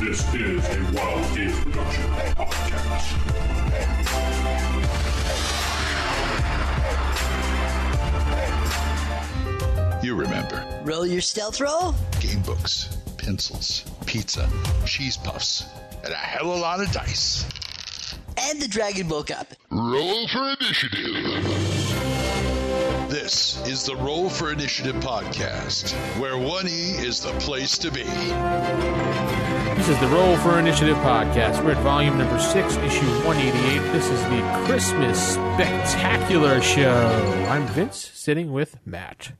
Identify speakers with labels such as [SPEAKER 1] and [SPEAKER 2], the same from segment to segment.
[SPEAKER 1] This is a Wild Game production podcast.
[SPEAKER 2] You remember
[SPEAKER 3] Roll your stealth roll?
[SPEAKER 2] game books, pencils, pizza, cheese puffs, and a hell of a lot of dice.
[SPEAKER 3] And the dragon woke up.
[SPEAKER 2] Roll for initiative. This is the Roll for Initiative podcast, where 1E is the place to be.
[SPEAKER 4] This is the Roll for Initiative podcast. We're at volume number six, issue 188. This is the Christmas Spectacular Show. I'm Vince, sitting with Matt.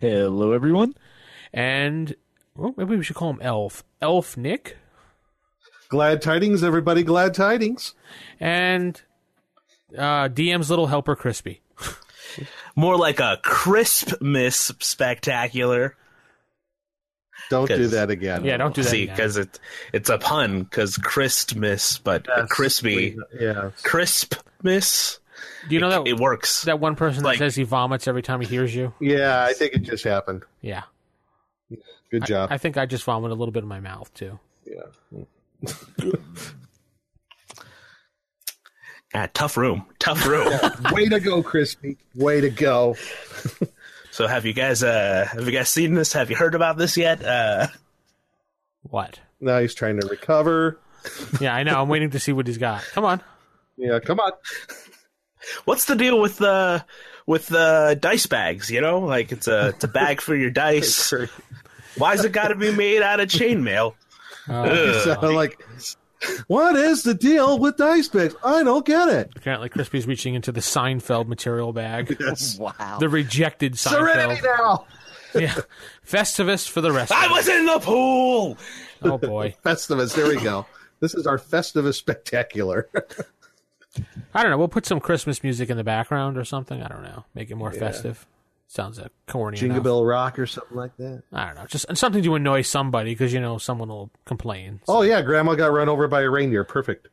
[SPEAKER 5] Hello, everyone.
[SPEAKER 4] And well, maybe we should call him Elf. Elf Nick.
[SPEAKER 6] Glad tidings, everybody. Glad tidings.
[SPEAKER 4] And uh, DM's little helper, Crispy.
[SPEAKER 7] More like a crisp miss spectacular.
[SPEAKER 6] Don't do
[SPEAKER 7] 'Cause-
[SPEAKER 6] that again.
[SPEAKER 4] Yeah, don't do that.
[SPEAKER 7] See,
[SPEAKER 4] again.
[SPEAKER 7] because it it's a pun. Because crisp miss, but a
[SPEAKER 6] That's-
[SPEAKER 7] crispy
[SPEAKER 6] Yeah.
[SPEAKER 7] crisp miss.
[SPEAKER 4] Do you know that,
[SPEAKER 7] it works.
[SPEAKER 4] that one person
[SPEAKER 7] like-
[SPEAKER 4] that says he vomits every time he hears you?
[SPEAKER 6] Yeah, I think it just happened.
[SPEAKER 4] Yeah.
[SPEAKER 6] Good
[SPEAKER 7] Uh,
[SPEAKER 6] job.
[SPEAKER 4] I think I just vomited a little bit in my mouth, too.
[SPEAKER 7] Ah, tough room, tough room.
[SPEAKER 6] Way to go, Crispy. Way to go.
[SPEAKER 7] so, have you guys uh have you guys seen this? Have you heard about this yet? Uh,
[SPEAKER 4] What?
[SPEAKER 6] Now he's trying to recover.
[SPEAKER 4] Yeah, I know. I'm waiting to see what he's got. Come on.
[SPEAKER 6] Yeah, come on.
[SPEAKER 7] what's the deal with the with the dice bags? You know, like it's a it's a bag for your dice. Why's it got to be made out of chainmail?
[SPEAKER 4] Uh,
[SPEAKER 6] So, like, what is the deal with dice picks? I don't get it.
[SPEAKER 4] Apparently, Crispy's reaching into the Seinfeld material bag.
[SPEAKER 3] Wow.
[SPEAKER 4] The rejected
[SPEAKER 6] Serenity
[SPEAKER 4] Seinfeld.
[SPEAKER 6] now.
[SPEAKER 4] Yeah. Festivus for the rest
[SPEAKER 7] I
[SPEAKER 4] of
[SPEAKER 7] was in the pool.
[SPEAKER 4] it. Oh, boy.
[SPEAKER 6] Festivus. There we go. This is our Festivus spectacular.
[SPEAKER 4] I don't know. We'll put some Christmas music in the background or something. I don't know. Make it more festive. Sounds uh, corny.
[SPEAKER 6] Jingle
[SPEAKER 4] enough.
[SPEAKER 6] Bell Rock or something like that.
[SPEAKER 4] I don't know. Just something to annoy somebody because, you know, someone will complain.
[SPEAKER 6] Oh, yeah. Grandma got run over by a reindeer. Perfect.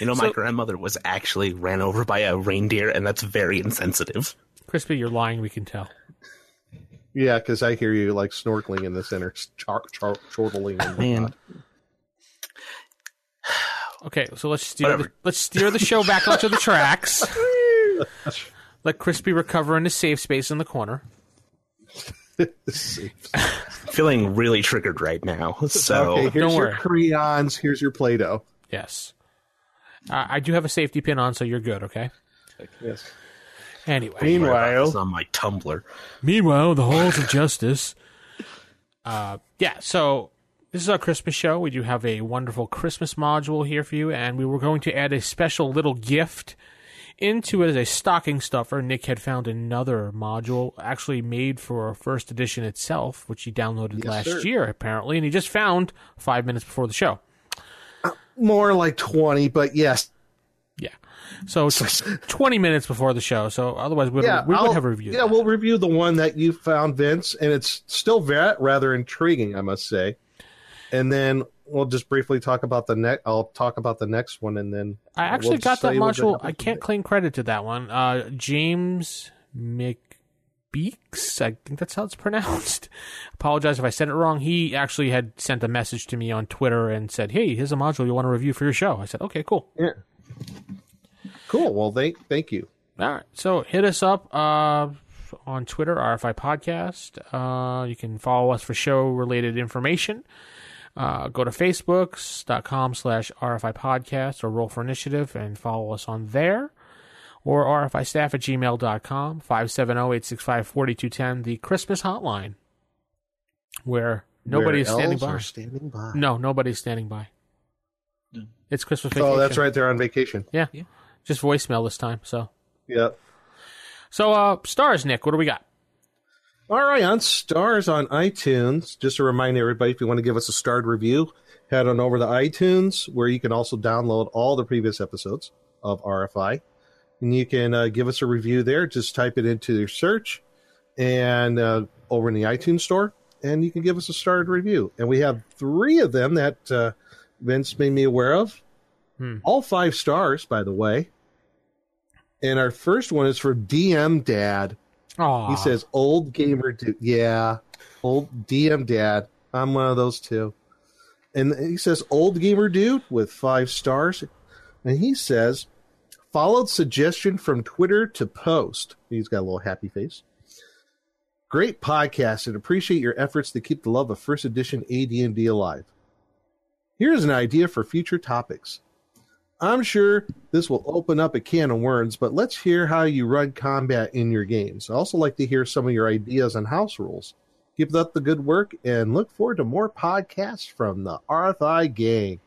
[SPEAKER 7] You know, my grandmother was actually ran over by a reindeer, and that's very insensitive.
[SPEAKER 4] Crispy, you're lying. We can tell.
[SPEAKER 6] Yeah, because I hear you like snorkeling in the center, char- char- chortling. and whatnot.
[SPEAKER 4] Okay, so let's steer the,
[SPEAKER 7] Whatever.
[SPEAKER 4] let's steer the show back onto the tracks. Let Crispy recover in a safe space in the corner.
[SPEAKER 7] Feeling really triggered right now. So,
[SPEAKER 6] Okay, here's
[SPEAKER 4] Don't
[SPEAKER 6] your
[SPEAKER 4] worry.
[SPEAKER 6] crayons. Here's your Play-Doh.
[SPEAKER 4] Yes. Uh, I do have a safety pin on, so you're good, okay?
[SPEAKER 6] Yes.
[SPEAKER 4] Anyway.
[SPEAKER 7] it's on my Tumblr.
[SPEAKER 4] Meanwhile, the halls of justice. Uh, yeah, so this is our Christmas show. We do have a wonderful Christmas module here for you, and we were going to add a special little gift into it as a stocking stuffer. Nick had found another module actually made for first edition itself, which he downloaded last
[SPEAKER 6] sir.
[SPEAKER 4] year, apparently, and he just found five minutes before the show.
[SPEAKER 6] More like twenty, but yes.
[SPEAKER 4] Yeah. So it's 20 minutes before the show, so otherwise we'd,
[SPEAKER 6] Yeah,
[SPEAKER 4] we would
[SPEAKER 6] I'll-
[SPEAKER 4] have reviewed
[SPEAKER 6] Yeah,
[SPEAKER 4] that.
[SPEAKER 6] we'll review the one that you found, Vince, and it's still va- rather intriguing, I must say. And then we'll just briefly talk about the next. I'll talk about the next one, and then
[SPEAKER 4] I
[SPEAKER 6] we'll
[SPEAKER 4] actually got
[SPEAKER 6] just
[SPEAKER 4] that
[SPEAKER 6] say what
[SPEAKER 4] module. I
[SPEAKER 6] happened
[SPEAKER 4] can't
[SPEAKER 6] today.
[SPEAKER 4] claim credit to that one. Uh, James McBeeks, I think that's how it's pronounced. Apologize if I said it wrong. He actually had sent a message to me on Twitter and said, "Hey, here's a module you want to review for your show." I said, "Okay, cool.
[SPEAKER 6] Cool. Well, thank thank you.
[SPEAKER 4] All right." So hit us up uh, on Twitter, RFI Podcast. Uh, you can follow us for show related information. Uh, go to facebook.com slash RFI podcast or roll for initiative and follow us on there or RFI staff at gmail.com oh, 570-865-4210, the Christmas hotline where nobody
[SPEAKER 6] Where
[SPEAKER 4] is standing
[SPEAKER 6] elves
[SPEAKER 4] by.
[SPEAKER 6] are standing by.
[SPEAKER 4] no, nobody's standing by. It's Christmas vacation.
[SPEAKER 6] Oh, that's right. They're on vacation.
[SPEAKER 4] Yeah. Just voicemail this time. So,
[SPEAKER 6] Yeah.
[SPEAKER 4] so, uh, stars, Nick, what do we got?
[SPEAKER 6] All right, on stars on iTunes. Just to remind everybody, if you want to give us a starred review, head on over to iTunes, where you can also download all the previous episodes of RFI, and you can uh, give us a review there. Just type it into your search, and uh, over in the iTunes store, and you can give us a starred review. And we have three of them that uh, Vince made me aware of, all five stars, by the way. And our first one is for DM Dad.
[SPEAKER 4] Oh,
[SPEAKER 6] He says, "Old gamer dude, yeah, old DM dad." I I'm one of those too. And he says, "Old gamer dude" with five stars, and he says, "Followed suggestion from Twitter to post." He's got a little happy face. Great podcast, and appreciate your efforts to keep the love of first edition AD&D alive. Here is an idea for future topics. I'm sure this will open up a can of worms, but let's hear how you run combat in your games. I also like to hear some of your ideas on house rules. Keep up the good work and look forward to more podcasts from the RFI gang.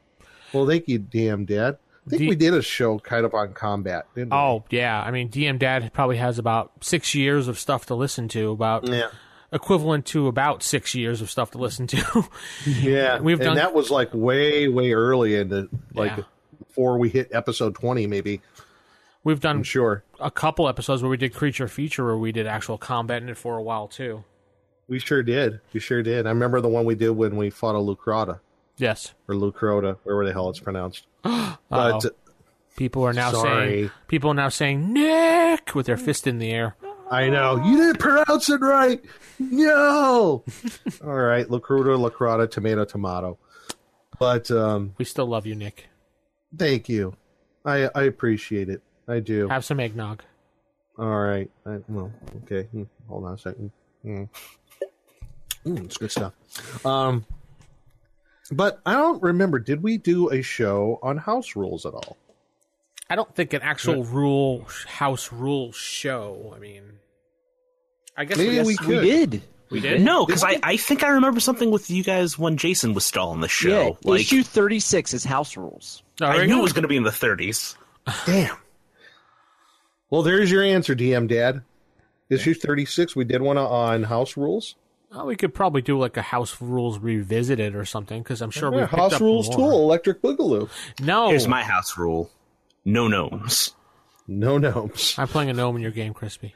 [SPEAKER 6] Well, thank you, damn dad. I think
[SPEAKER 4] The-
[SPEAKER 6] we did a show kind of on combat, didn't
[SPEAKER 4] Oh yeah, I mean DM Dad probably has about six years of stuff to listen to, about
[SPEAKER 6] we? Yeah.
[SPEAKER 4] equivalent to about six years of stuff to listen to.
[SPEAKER 6] Yeah.
[SPEAKER 4] We've
[SPEAKER 6] and
[SPEAKER 4] done-
[SPEAKER 6] that was like way, way early into like
[SPEAKER 4] Yeah.
[SPEAKER 6] before we hit episode 20, maybe.
[SPEAKER 4] We've done
[SPEAKER 6] I'm sure.
[SPEAKER 4] a couple episodes where we did creature feature where we did actual combat in it for a while too.
[SPEAKER 6] We sure did. We sure did. I remember the one we did when we fought a Lucrata.
[SPEAKER 4] Yes.
[SPEAKER 6] or Lucrota, wherever the hell it's pronounced.
[SPEAKER 4] Uh-oh.
[SPEAKER 6] But
[SPEAKER 4] people are now saying
[SPEAKER 6] Sorry.
[SPEAKER 4] people are now saying Nick with their fist in the air.
[SPEAKER 6] I know you didn't pronounce it right. No. All right, Lucrota, Lucrota, tomato, tomato. But um,
[SPEAKER 4] We still love you, Nick.
[SPEAKER 6] thank you. I I appreciate it. I do.
[SPEAKER 4] Have some eggnog.
[SPEAKER 6] All right. I, well, okay. Hmm, Hold on a second. Mm. Mm, it's good stuff. Um, but I don't remember. Did we do a show on house rules at all?
[SPEAKER 4] I don't think an actual rule house rule show. I mean, I guess
[SPEAKER 6] Maybe
[SPEAKER 4] yes,
[SPEAKER 6] we
[SPEAKER 5] We
[SPEAKER 6] could.
[SPEAKER 5] did.
[SPEAKER 4] we did.
[SPEAKER 7] No, because I, I think I remember something with you guys when Jason was still on the show.
[SPEAKER 5] Yeah,
[SPEAKER 7] like
[SPEAKER 5] issue 36 is house rules.
[SPEAKER 4] All
[SPEAKER 7] I
[SPEAKER 4] right.
[SPEAKER 7] knew it was going to be in the 30s.
[SPEAKER 6] Damn. Well, there's your answer, DM Dad. Issue 36, we did one on house rules.
[SPEAKER 4] Oh, we could probably do like a house rules revisited or something because I'm sure we
[SPEAKER 6] Yeah,
[SPEAKER 4] picked
[SPEAKER 6] house
[SPEAKER 4] up
[SPEAKER 6] rules
[SPEAKER 4] more.
[SPEAKER 6] tool, electric boogaloo.
[SPEAKER 4] No,
[SPEAKER 6] Oh.
[SPEAKER 7] Here's my house rule: no gnomes.
[SPEAKER 6] No gnomes.
[SPEAKER 4] I'm playing a gnome in your game, Crispy.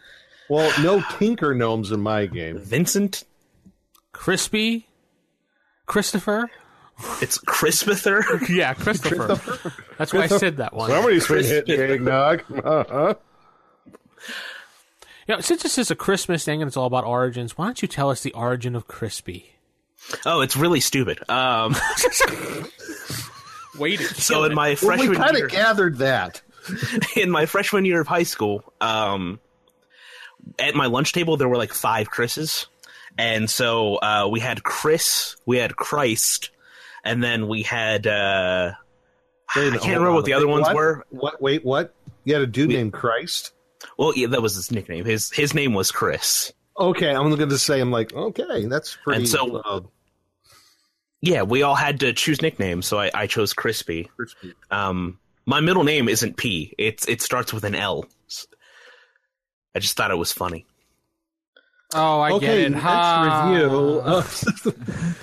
[SPEAKER 6] Well, no tinker gnomes in my game.
[SPEAKER 7] Vincent,
[SPEAKER 4] Crispy, Christopher.
[SPEAKER 7] it's Crispather.
[SPEAKER 4] Yeah, Christopher. That's why I said that one.
[SPEAKER 6] Somebody's been hitting eggnog.
[SPEAKER 4] Yeah, since this is a Christmas thing and it's all about origins, why don't you tell us the origin of Crispy?
[SPEAKER 7] oh, it's really stupid. Um,
[SPEAKER 4] Waited.
[SPEAKER 7] so in my
[SPEAKER 6] we
[SPEAKER 7] freshman
[SPEAKER 6] kind
[SPEAKER 7] year,
[SPEAKER 6] of gathered that.
[SPEAKER 7] in my freshman year of high school, um, at my lunch table there were like five Chris's, and so uh, we had Chris, we had Christ, and then we had uh,
[SPEAKER 6] I
[SPEAKER 7] can't remember what the other ones were.
[SPEAKER 6] What? Wait, what? You had a dude named Christ?
[SPEAKER 7] well, yeah, that was his nickname. His his name was Chris.
[SPEAKER 6] Okay, I'm going to say, I'm like, okay, that's pretty.
[SPEAKER 7] And so-
[SPEAKER 6] uh,
[SPEAKER 7] Yeah, we all had to choose nicknames, so I, I chose Crispy.
[SPEAKER 6] Crispy.
[SPEAKER 7] Um, my middle name isn't P. It's it starts with an L. I just thought it was funny.
[SPEAKER 4] Oh, I get
[SPEAKER 6] okay,
[SPEAKER 4] it. Ah,
[SPEAKER 6] next
[SPEAKER 4] Ha.
[SPEAKER 6] review. of-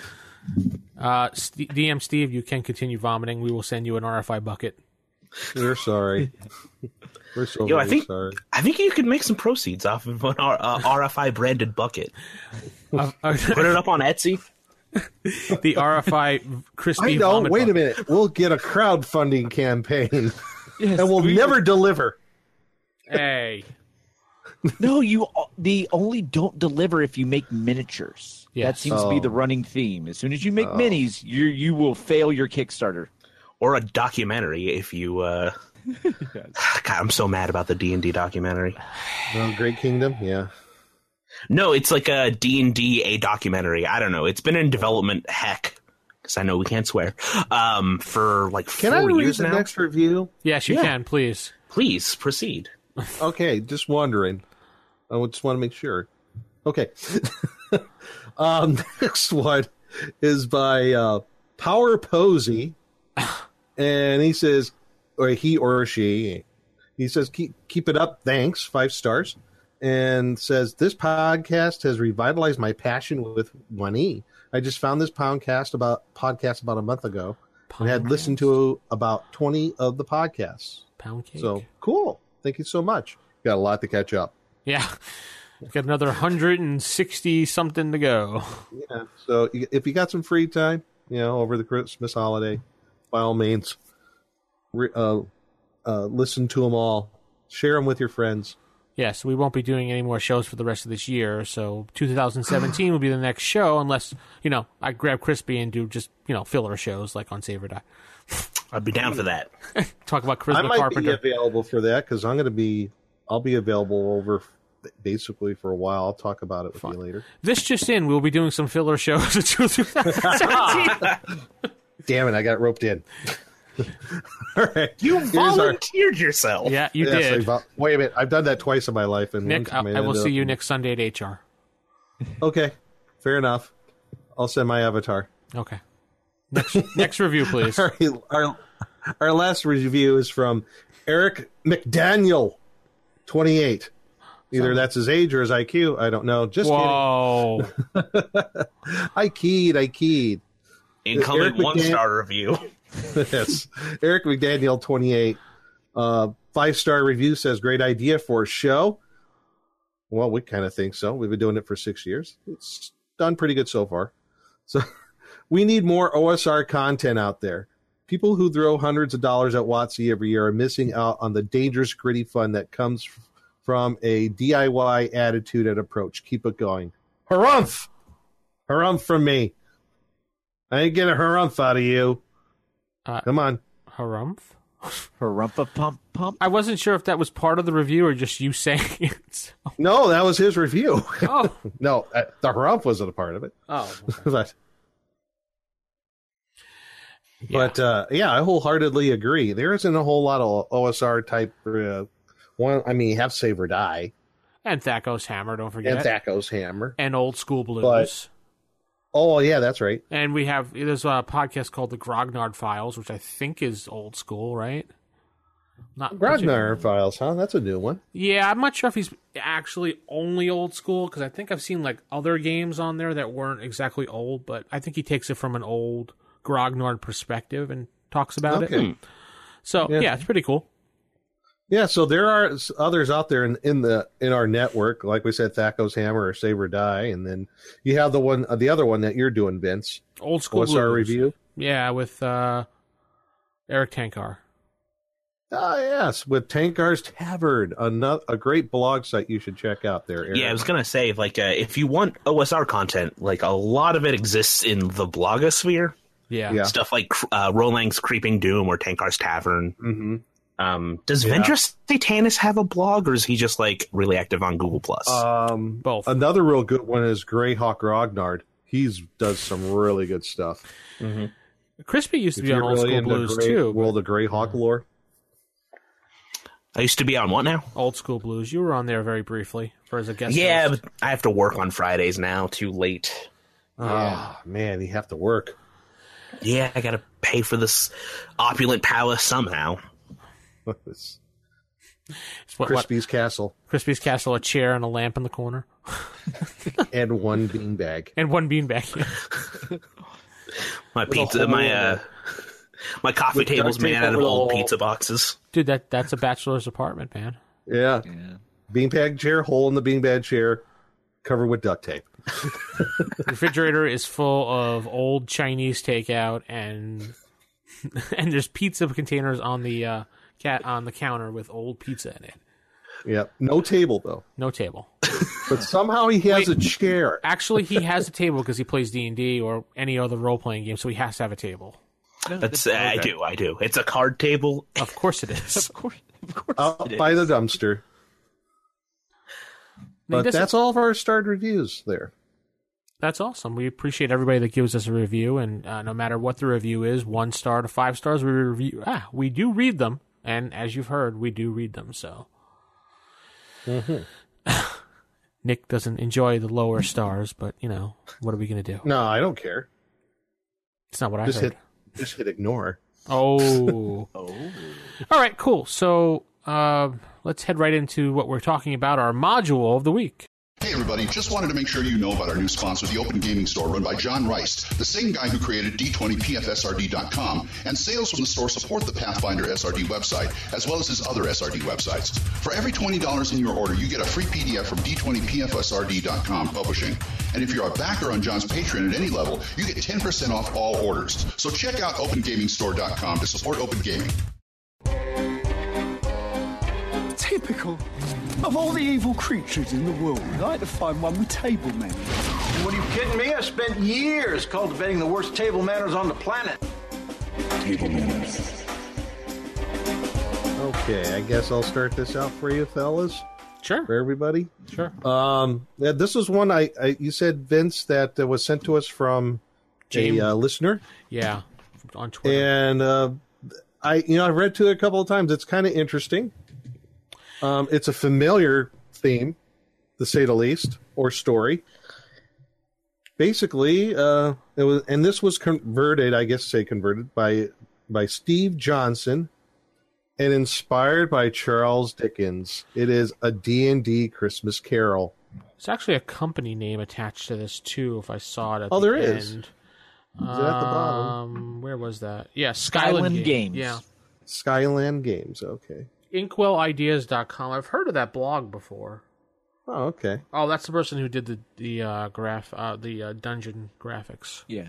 [SPEAKER 4] Uh, St- DM Steve, you can continue vomiting. We will send you an RFI bucket.
[SPEAKER 6] We're sorry. We're so
[SPEAKER 7] Yo, I
[SPEAKER 6] very
[SPEAKER 7] think-
[SPEAKER 6] sorry.
[SPEAKER 7] I think you could make some proceeds off of an R- uh, RFI branded bucket.
[SPEAKER 4] Uh, uh,
[SPEAKER 7] Put it up on Etsy.
[SPEAKER 4] the RFI Crispy.
[SPEAKER 6] I know.
[SPEAKER 4] vomit
[SPEAKER 6] Wait a
[SPEAKER 4] bucket.
[SPEAKER 6] minute. We'll get a crowdfunding campaign, and we'll never deliver.
[SPEAKER 4] Hey,
[SPEAKER 5] No, you. uh, They only don't deliver if you make miniatures.
[SPEAKER 4] Yes.
[SPEAKER 5] That seems to be the
[SPEAKER 6] Oh.
[SPEAKER 5] running theme. As soon as you make minis, you you will fail your Kickstarter.
[SPEAKER 7] or a documentary if you uh God, I'm so mad about the D&D documentary.
[SPEAKER 6] Oh, Great Kingdom. Yeah.
[SPEAKER 7] No, it's like a D&D a documentary. I don't know. It's been in development heck cuz I know we can't swear. Um for like
[SPEAKER 6] Can
[SPEAKER 7] 4
[SPEAKER 6] I read
[SPEAKER 7] years
[SPEAKER 6] the
[SPEAKER 7] now.
[SPEAKER 6] next review?
[SPEAKER 4] yes, you
[SPEAKER 7] Yeah.
[SPEAKER 4] can. Please.
[SPEAKER 7] Please proceed.
[SPEAKER 6] Okay, just wondering. I would just want to make sure. Okay. um, next one is by uh, Power Posey, and he says, or he or she, he says, keep keep it up, thanks, five stars, and says this podcast has revitalized my passion with one e. I just found this podcast about podcast about a month ago,
[SPEAKER 4] Oh
[SPEAKER 6] and had listened to about twenty of the podcasts.
[SPEAKER 4] Pound cake.
[SPEAKER 6] So cool. Thank you so much. Got a lot to catch up.
[SPEAKER 4] Yeah. We've got another 160 something to go.
[SPEAKER 6] Yeah. So you- if you got some free time, you know, over the Christmas holiday, by all means, re- uh, uh, listen to them all. Share them with your friends.
[SPEAKER 4] Yes, we won't be doing any more shows for the rest of this year. So 2017 will be the next show, unless you know I grab Crispy and do just you know filler shows like on Save or Die.
[SPEAKER 7] I'd be
[SPEAKER 6] Hmm.
[SPEAKER 7] down for that.
[SPEAKER 4] Talk about
[SPEAKER 6] I
[SPEAKER 4] Charisma
[SPEAKER 6] might
[SPEAKER 4] Carpenter.
[SPEAKER 6] be available for that because I'm going to be. I'll be available over basically for a while. I'll talk about it with you later.
[SPEAKER 4] This just in, we'll be doing some filler shows in 2017.
[SPEAKER 6] Damn it! I got roped in. All right.
[SPEAKER 7] You
[SPEAKER 6] our-
[SPEAKER 7] volunteered yourself.
[SPEAKER 4] yeah, you
[SPEAKER 6] Yes, I
[SPEAKER 4] did.
[SPEAKER 6] vo- wait a minute. I've done that twice in my life. And one
[SPEAKER 4] Nick, I,
[SPEAKER 6] time
[SPEAKER 4] I will
[SPEAKER 6] ended
[SPEAKER 4] see
[SPEAKER 6] up-
[SPEAKER 4] you next Sunday at HR.
[SPEAKER 6] Okay, fair enough. I'll send my avatar.
[SPEAKER 4] Okay. Next, next review, please.
[SPEAKER 6] All right, our our last review is from Eric McDaniel, twenty eight. Either that's his age or his IQ. I don't know. Just
[SPEAKER 4] Whoa.
[SPEAKER 6] kidding. I keyed. I keyed.
[SPEAKER 7] Incoming
[SPEAKER 6] Eric McDan-
[SPEAKER 7] one star review.
[SPEAKER 6] yes. Eric McDaniel, 28. Uh, Five star review says, great idea for a show. Well, we kind of think so. We've been doing it for six years. It's done pretty good so far. So we need more OSR content out there. People who throw hundreds of dollars at WotC every year are missing out on the dangerous, gritty fun that comes f- from a DIY attitude and approach. Keep it going. Harumph! Harumph from me. I ain't getting a harumph out of you.
[SPEAKER 4] Uh,
[SPEAKER 6] Come on.
[SPEAKER 4] Harumph?
[SPEAKER 5] Harumpa pump pump.
[SPEAKER 4] I wasn't sure if that was part of the review or just you saying it.
[SPEAKER 6] No, that was his review.
[SPEAKER 4] Oh.
[SPEAKER 6] no, uh, the harumph wasn't a part of it.
[SPEAKER 4] Oh.
[SPEAKER 6] but
[SPEAKER 4] Yeah.
[SPEAKER 6] but uh, yeah, I wholeheartedly agree. There isn't a whole lot of OSR type. Uh, one, I mean, you have Save or Die
[SPEAKER 4] And Thacko's Hammer, don't forget.
[SPEAKER 6] and Thacko's Hammer.
[SPEAKER 4] and Old School Blues.
[SPEAKER 6] But- Oh, yeah, that's right.
[SPEAKER 4] and we have, there's a podcast called The Grognard Files, which I think is old school, right? Not
[SPEAKER 6] Grognar Files, huh? That's a new one.
[SPEAKER 4] Yeah, I'm not sure if he's actually only old school because I think I've seen like other games on there that weren't exactly old, but I think he takes it from an old Grognard perspective and talks about
[SPEAKER 6] Okay.
[SPEAKER 4] it. So yeah.
[SPEAKER 6] Yeah.
[SPEAKER 4] it's pretty cool.
[SPEAKER 6] Yeah, so there are s- others out there in, in the in our network, like we said, Thacko's Hammer or Save or Die, and then you have the one, uh, the other one that you're doing, Vince.
[SPEAKER 4] Old school
[SPEAKER 6] OSR
[SPEAKER 4] blues.
[SPEAKER 6] review.
[SPEAKER 4] Yeah, with uh, Eric Tankar.
[SPEAKER 6] Ah, yes, with Tankar's Tavern, another a great blog site you should check out there. Eric.
[SPEAKER 7] Yeah, I was gonna say like uh, if you want OSR content, like a lot of it exists in the blogosphere.
[SPEAKER 4] Yeah.
[SPEAKER 6] Yeah.
[SPEAKER 7] Stuff like uh, Rolang's Creeping Doom or Tankar's Tavern.
[SPEAKER 6] Mhm.
[SPEAKER 7] Um, does Ventress Satanus have a blog, or is he just like really active on Google Plus?
[SPEAKER 6] Um,
[SPEAKER 4] Both.
[SPEAKER 6] another real good one is Greyhawk Rognard. He's does some really good stuff.
[SPEAKER 4] Crispy used to
[SPEAKER 6] If
[SPEAKER 4] be on
[SPEAKER 6] you're
[SPEAKER 4] old
[SPEAKER 6] really
[SPEAKER 4] school
[SPEAKER 6] into
[SPEAKER 4] blues
[SPEAKER 6] Grey-
[SPEAKER 4] too.
[SPEAKER 6] World of Greyhawk lore.
[SPEAKER 7] I used to be on what now?
[SPEAKER 4] Old school blues. You were on there very briefly for as a guest.
[SPEAKER 7] Yeah,
[SPEAKER 4] host.
[SPEAKER 7] but I have to work on Fridays now. Too late.
[SPEAKER 4] Oh,
[SPEAKER 6] Ah, man, you have to work.
[SPEAKER 7] Yeah, I gotta pay for this opulent palace somehow.
[SPEAKER 6] It's
[SPEAKER 4] It's what, what,
[SPEAKER 6] Crispy's Castle
[SPEAKER 4] Crispy's castle, a chair and a lamp in the corner,
[SPEAKER 6] and one beanbag.
[SPEAKER 4] and one beanbag.
[SPEAKER 7] My pizza,
[SPEAKER 6] hole
[SPEAKER 7] my
[SPEAKER 6] in
[SPEAKER 7] uh, my coffee
[SPEAKER 6] With duct
[SPEAKER 7] table's
[SPEAKER 6] tape
[SPEAKER 7] made out of
[SPEAKER 6] over the
[SPEAKER 7] old
[SPEAKER 6] hole.
[SPEAKER 7] pizza boxes.
[SPEAKER 4] Dude, that that's a bachelor's apartment, man.
[SPEAKER 6] Yeah,
[SPEAKER 5] Yeah.
[SPEAKER 6] beanbag chair, hole in the beanbag chair, covered with duct tape.
[SPEAKER 4] refrigerator is full of old Chinese takeout and and there's pizza containers on the uh, cat on the counter with old pizza in it.
[SPEAKER 6] Yep, no table though.
[SPEAKER 4] No table.
[SPEAKER 6] But somehow he has a chair.
[SPEAKER 4] Actually, he has a table because he plays D and D or any other role playing game, so he has to have a table.
[SPEAKER 7] That's uh, I do, I do. It's a card table.
[SPEAKER 4] Of course, it is.
[SPEAKER 5] Of course, of course.
[SPEAKER 6] out by the dumpster.
[SPEAKER 4] No, he
[SPEAKER 6] But
[SPEAKER 4] doesn't-
[SPEAKER 6] that's all of our starred reviews there.
[SPEAKER 4] That's awesome. We appreciate everybody that gives us a review, and uh, no matter what the review is, one star to five stars, we review. Ah, we do read them, and as you've heard, we do read them. So,
[SPEAKER 6] Mm-hmm.
[SPEAKER 4] Nick doesn't enjoy the lower stars, but you know what are we gonna do?
[SPEAKER 6] No, I don't care.
[SPEAKER 4] It's not what I
[SPEAKER 6] Just
[SPEAKER 4] heard.
[SPEAKER 6] hit, just hit ignore.
[SPEAKER 4] Oh. oh. All right. Cool. So uh, let's head right into what we're talking about. Our module of the week.
[SPEAKER 2] Hey everybody, just wanted to make sure you know about our new sponsor, the Open Gaming Store, run by John Rice, the same guy who created D20PFSRD.com, and sales from the store support the Pathfinder SRD website, as well as his other SRD websites. For every $20 in your order, you get a free PDF from D20PFSRD.com publishing. And if you're a backer on John's Patreon at any level, you get 10% off all orders. So check out OpenGamingStore.com to support Open Gaming.
[SPEAKER 8] Typical. Of all the evil creatures in the world, I'd like to find one with table manners.
[SPEAKER 9] What are you kidding me? I spent years cultivating the worst table manners on the planet.
[SPEAKER 8] Table manners.
[SPEAKER 6] Okay, I guess I'll start this out for you, fellas, for
[SPEAKER 4] Sure.
[SPEAKER 6] everybody.
[SPEAKER 4] Sure.
[SPEAKER 6] Um, yeah, this was one I, I you said Vince that uh, was sent to us from
[SPEAKER 4] James.
[SPEAKER 6] a uh, listener,
[SPEAKER 4] Yeah. On Twitter.
[SPEAKER 6] and uh, I you know I've read to it a couple of times. It's kind of interesting. Um, it's a familiar theme, to say the least, or story. Basically, uh, it was, and this was converted, I guess, say converted by by Steve Johnson, and inspired by Charles Dickens. It is a D and D Christmas Carol.
[SPEAKER 4] There's actually a company name attached to this too. If I saw it. At
[SPEAKER 6] Oh,
[SPEAKER 4] the
[SPEAKER 6] there is.
[SPEAKER 4] end.
[SPEAKER 6] Is it at the bottom?
[SPEAKER 4] Um, where was that? Yeah, Skyland,
[SPEAKER 5] Skyland
[SPEAKER 4] Games.
[SPEAKER 5] Games.
[SPEAKER 4] Yeah,
[SPEAKER 6] Skyland Games. Okay.
[SPEAKER 4] inkwellideas.com. I've heard of that blog before.
[SPEAKER 6] Oh, okay.
[SPEAKER 4] Oh, that's the person who did the the uh, graph, uh, the uh, dungeon graphics.
[SPEAKER 5] Yeah.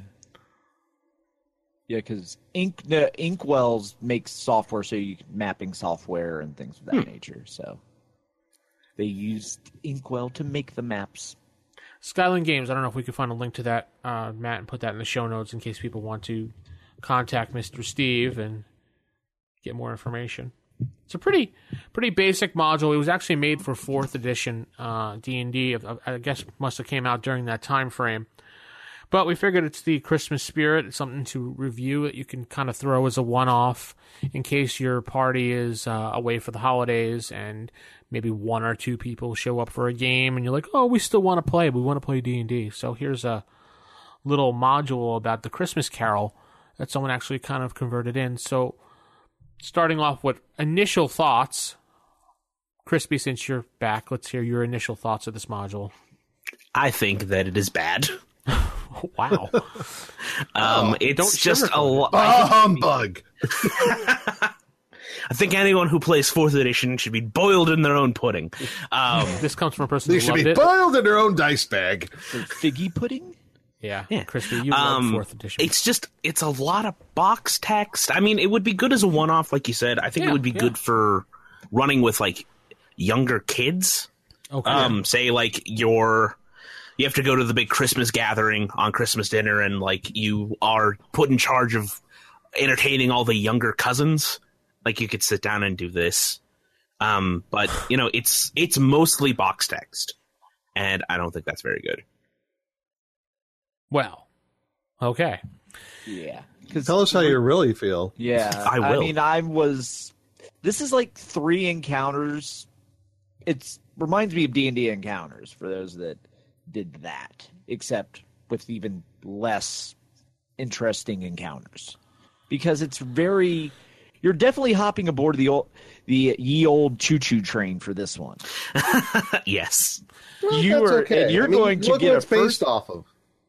[SPEAKER 5] Yeah, because Ink the Inkwells makes software, so you mapping software and things of that nature. So they used Inkwell to make the maps.
[SPEAKER 4] Skyland Games. I don't know if we could find a link to that, uh, Matt, and put that in the show notes in case people want to contact Mr. Steve and get more information. It's a pretty pretty basic module. It was actually made for fourth edition uh, D and D. I guess must have came out during that time frame. But we figured it's the Christmas spirit. It's something to review that you can kind of throw as a one off in case your party is uh, away for the holidays and maybe one or two people show up for a game and you're like, oh, we still want to play. We want to play D and D. So here's a little module about the Christmas Carol that someone actually kind of converted in. So starting off with initial thoughts. Crispy, since you're back, let's hear your initial thoughts of this module.
[SPEAKER 7] I think that it is bad.
[SPEAKER 4] Wow.
[SPEAKER 7] Um, it's
[SPEAKER 4] don't
[SPEAKER 7] just a
[SPEAKER 4] sugarcoat
[SPEAKER 7] lot.
[SPEAKER 6] Ah, humbug.
[SPEAKER 7] I think anyone who plays fourth edition should be boiled in their own pudding. Um,
[SPEAKER 4] this comes from a person
[SPEAKER 6] They
[SPEAKER 4] who
[SPEAKER 6] should
[SPEAKER 4] loved
[SPEAKER 6] be
[SPEAKER 4] it.
[SPEAKER 6] boiled in their own dice bag.
[SPEAKER 5] So figgy pudding?
[SPEAKER 4] Yeah,
[SPEAKER 7] Yeah.
[SPEAKER 4] Crispy, you
[SPEAKER 7] Um,
[SPEAKER 4] love fourth edition.
[SPEAKER 7] It's just it's a lot of box text. I mean, it would be good as a one off, like you said. I think
[SPEAKER 4] Yeah,
[SPEAKER 7] it would be
[SPEAKER 4] yeah.
[SPEAKER 7] good for running with like younger kids.
[SPEAKER 4] okay.
[SPEAKER 7] Um, say like your you have to go to the big Christmas gathering on Christmas dinner, and like you are put in charge of entertaining all the younger cousins. Like you could sit down and do this, um, but you know it's it's mostly box text, and I don't think that's very good.
[SPEAKER 4] well, okay.
[SPEAKER 5] Yeah. Because
[SPEAKER 6] Tell us how you really feel.
[SPEAKER 5] Yeah,
[SPEAKER 7] I will.
[SPEAKER 5] mean, I was. This is like three encounters. It's reminds me of D and D encounters for those that did that, except with even less interesting encounters, because it's very. You're definitely hopping aboard the old, the ye old choo choo train for this one.
[SPEAKER 7] yes,
[SPEAKER 5] you
[SPEAKER 6] That's
[SPEAKER 5] are,
[SPEAKER 6] okay.
[SPEAKER 5] and you're
[SPEAKER 6] I mean,
[SPEAKER 5] going to
[SPEAKER 6] look
[SPEAKER 5] get
[SPEAKER 6] what
[SPEAKER 5] a
[SPEAKER 6] it's
[SPEAKER 5] first
[SPEAKER 6] based off of.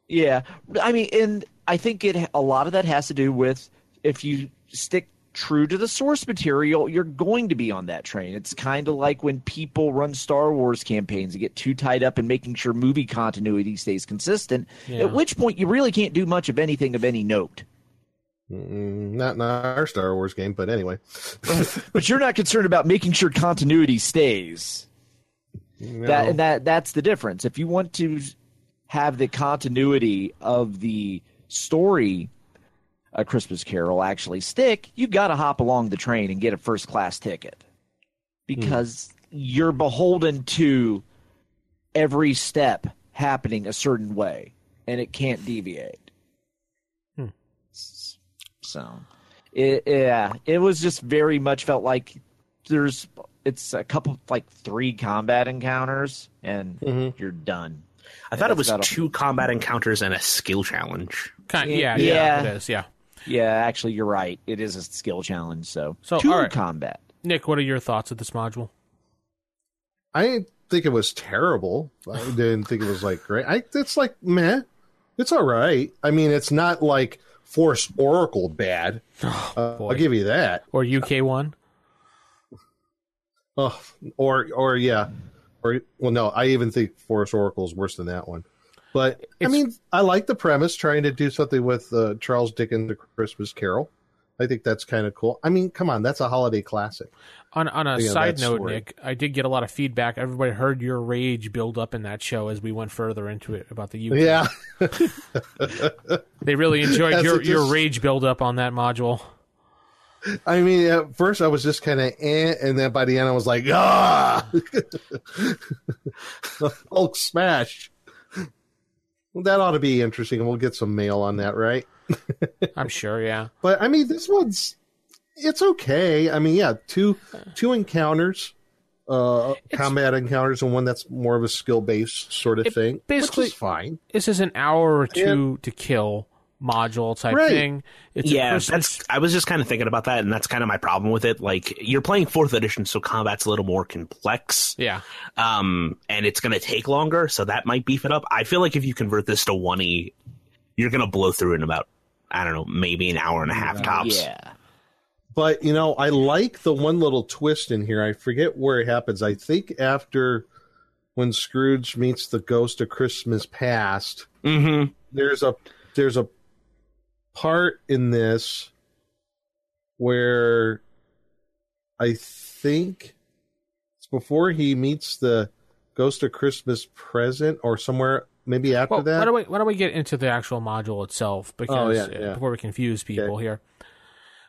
[SPEAKER 5] yeah, I mean, and I think it a lot of that has to do with if you stick true to the source material, you're going to be on that train. It's kind of like when people run Star Wars campaigns and get too tied up in making sure movie continuity stays consistent.
[SPEAKER 4] Yeah.
[SPEAKER 5] At which point, you really can't do much of anything of any note.
[SPEAKER 6] Mm, Not in our Star Wars game, but anyway.
[SPEAKER 5] But you're not concerned about making sure continuity stays. That and that that's the difference. If you want to have the continuity of the story a Christmas Carol actually stick, you got to hop along the train and get a first class ticket because you're beholden to every step happening a certain way and it can't deviate. S- So, it, yeah, it was just very much felt like there's it's a couple like three combat encounters and you're done.
[SPEAKER 7] I thought it was
[SPEAKER 5] that's not a-
[SPEAKER 7] two combat encounters and a skill challenge.
[SPEAKER 4] Kind yeah, yeah,
[SPEAKER 5] Yeah.
[SPEAKER 4] it is. Yeah.
[SPEAKER 5] Yeah, actually, you're right. It is a skill challenge. So,
[SPEAKER 4] So,
[SPEAKER 5] two
[SPEAKER 4] all right.
[SPEAKER 5] combat.
[SPEAKER 4] Nick, what are your thoughts of this module?
[SPEAKER 6] I didn't think it was terrible. I didn't think it was like great. I it's like meh. It's all right. I mean, it's not like Force Oracle bad.
[SPEAKER 5] Oh,
[SPEAKER 6] Uh, I'll give you that.
[SPEAKER 4] Or UK one?
[SPEAKER 6] Oh, or or yeah, or well, no, I even think Forest Oracle is worse than that one. But I
[SPEAKER 4] It's-
[SPEAKER 6] mean, I like the premise, trying to do something with uh, Charles Dickens' A Christmas Carol, I think that's kind of cool. I mean, come on, that's a holiday classic.
[SPEAKER 4] On on a
[SPEAKER 6] Yeah,
[SPEAKER 4] side
[SPEAKER 6] that
[SPEAKER 4] note,
[SPEAKER 6] story.
[SPEAKER 4] Nick, I did get a lot of feedback. Everybody heard your rage build up in that show as we went further into it about the UK.
[SPEAKER 6] Yeah,
[SPEAKER 4] They really enjoyed
[SPEAKER 6] As
[SPEAKER 4] your,
[SPEAKER 6] it
[SPEAKER 4] your
[SPEAKER 6] just-
[SPEAKER 4] rage build up on that module.
[SPEAKER 6] I mean, at first I was just kind of, eh, and then by the end I was like, ah, Hulk smash. Well, that ought to be interesting. and We'll get some mail on that, right?
[SPEAKER 4] I'm sure, yeah.
[SPEAKER 6] But I mean, this one's it's okay. I mean, yeah, two two encounters, uh, combat encounters, and one that's more of a skill based sort of
[SPEAKER 4] It
[SPEAKER 6] thing.
[SPEAKER 4] basically-
[SPEAKER 6] which is fine.
[SPEAKER 4] This is an hour or two to kill module type
[SPEAKER 6] Right.
[SPEAKER 4] thing. It's a
[SPEAKER 7] yeah,
[SPEAKER 4] Christmas-
[SPEAKER 7] that's. I was just kind of thinking about that, and that's kind of my problem with it. Like, you're playing fourth edition, so combat's a little more complex,
[SPEAKER 4] yeah.
[SPEAKER 7] um, and it's going to take longer, so that might beef it up. I feel like if you convert this to one e, you're going to blow through in about, I don't know, maybe an hour and a half tops.
[SPEAKER 5] Yeah.
[SPEAKER 6] But you know, I like the one little twist in here. I forget where it happens. I think after when Scrooge meets the ghost of Christmas past,
[SPEAKER 7] Mm-hmm.
[SPEAKER 6] there's a there's a part in this where I think it's before he meets the ghost of Christmas present or somewhere maybe after
[SPEAKER 4] Well,
[SPEAKER 6] that. Oh,
[SPEAKER 4] why don't we why don't we get into the actual module itself because uh,
[SPEAKER 6] yeah, yeah.
[SPEAKER 4] before we confuse people here.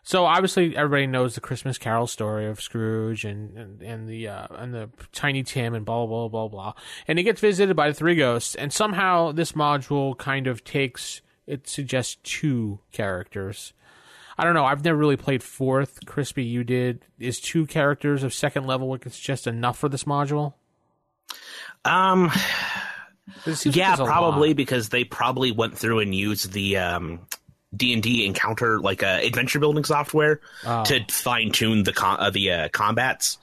[SPEAKER 4] So obviously everybody knows the Christmas Carol story of Scrooge and and, and the uh, and the Tiny Tim and blah blah blah blah, and he gets visited by the three ghosts, and somehow this module kind of takes it suggests two characters. I don't know. I've never really played fourth. Crispy, you did. Is two characters of second level what it's just enough for this module?
[SPEAKER 7] Um,
[SPEAKER 4] It seems like
[SPEAKER 7] yeah,
[SPEAKER 4] there's a
[SPEAKER 7] probably
[SPEAKER 4] lot.
[SPEAKER 7] because they probably went through and used the um, D&D encounter like uh, adventure building software
[SPEAKER 4] Oh.
[SPEAKER 7] to fine tune the con- uh, the uh, combats.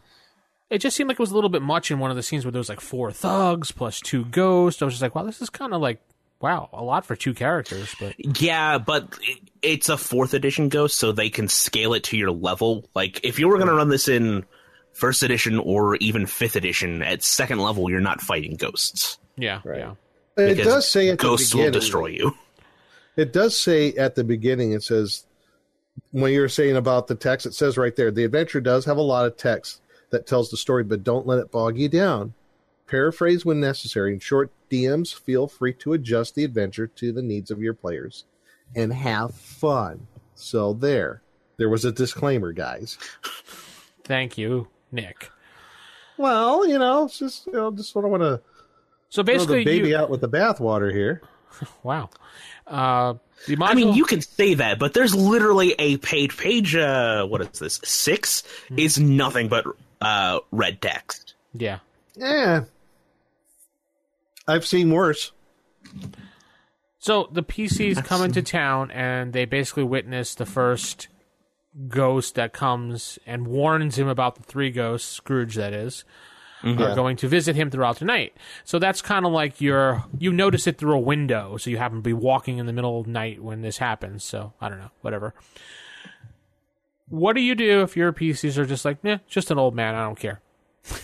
[SPEAKER 4] it just seemed like it was a little bit much in one of the scenes where there was like four thugs plus two ghosts. I was just like, wow, this is kind of like wow, a lot for two characters. But
[SPEAKER 7] Yeah, but it, it's a fourth edition ghost, so they can scale it to your level. Like if you were going to run this in first edition or even fifth edition, at second level you're not fighting ghosts.
[SPEAKER 4] yeah, yeah,
[SPEAKER 6] it
[SPEAKER 7] because
[SPEAKER 6] does say at the
[SPEAKER 7] ghosts will
[SPEAKER 6] beginning-
[SPEAKER 7] destroy you.
[SPEAKER 6] It does say at the beginning, it says, when you were saying about the text, it says right there, the adventure does have a lot of text that tells the story, but don't let it bog you down. Paraphrase when necessary. In short, DMs feel free to adjust the adventure to the needs of your players and have fun. So there. There was a disclaimer, guys.
[SPEAKER 4] Thank you, Nick.
[SPEAKER 6] Well, you know, it's just you know, just what I want to
[SPEAKER 4] So
[SPEAKER 6] throw
[SPEAKER 4] basically,
[SPEAKER 6] the baby
[SPEAKER 4] you,
[SPEAKER 6] out with the bathwater here.
[SPEAKER 4] wow. Uh, the module,
[SPEAKER 7] I mean, you can say that, but there's literally a page. Page, uh, what is this? 6 is nothing but uh, red text.
[SPEAKER 4] yeah.
[SPEAKER 6] Yeah, Eh. I've seen worse.
[SPEAKER 4] So the PCs come into town and they basically witness the first ghost that comes and warns him about the three ghosts, Scrooge that is, are going to visit him throughout the night. So that's kind of like your you notice it through a window, so you happen to be walking in the middle of the night when this happens. So I don't know, whatever. What do you do if your PCs are just like, nah, just an old man, I don't care.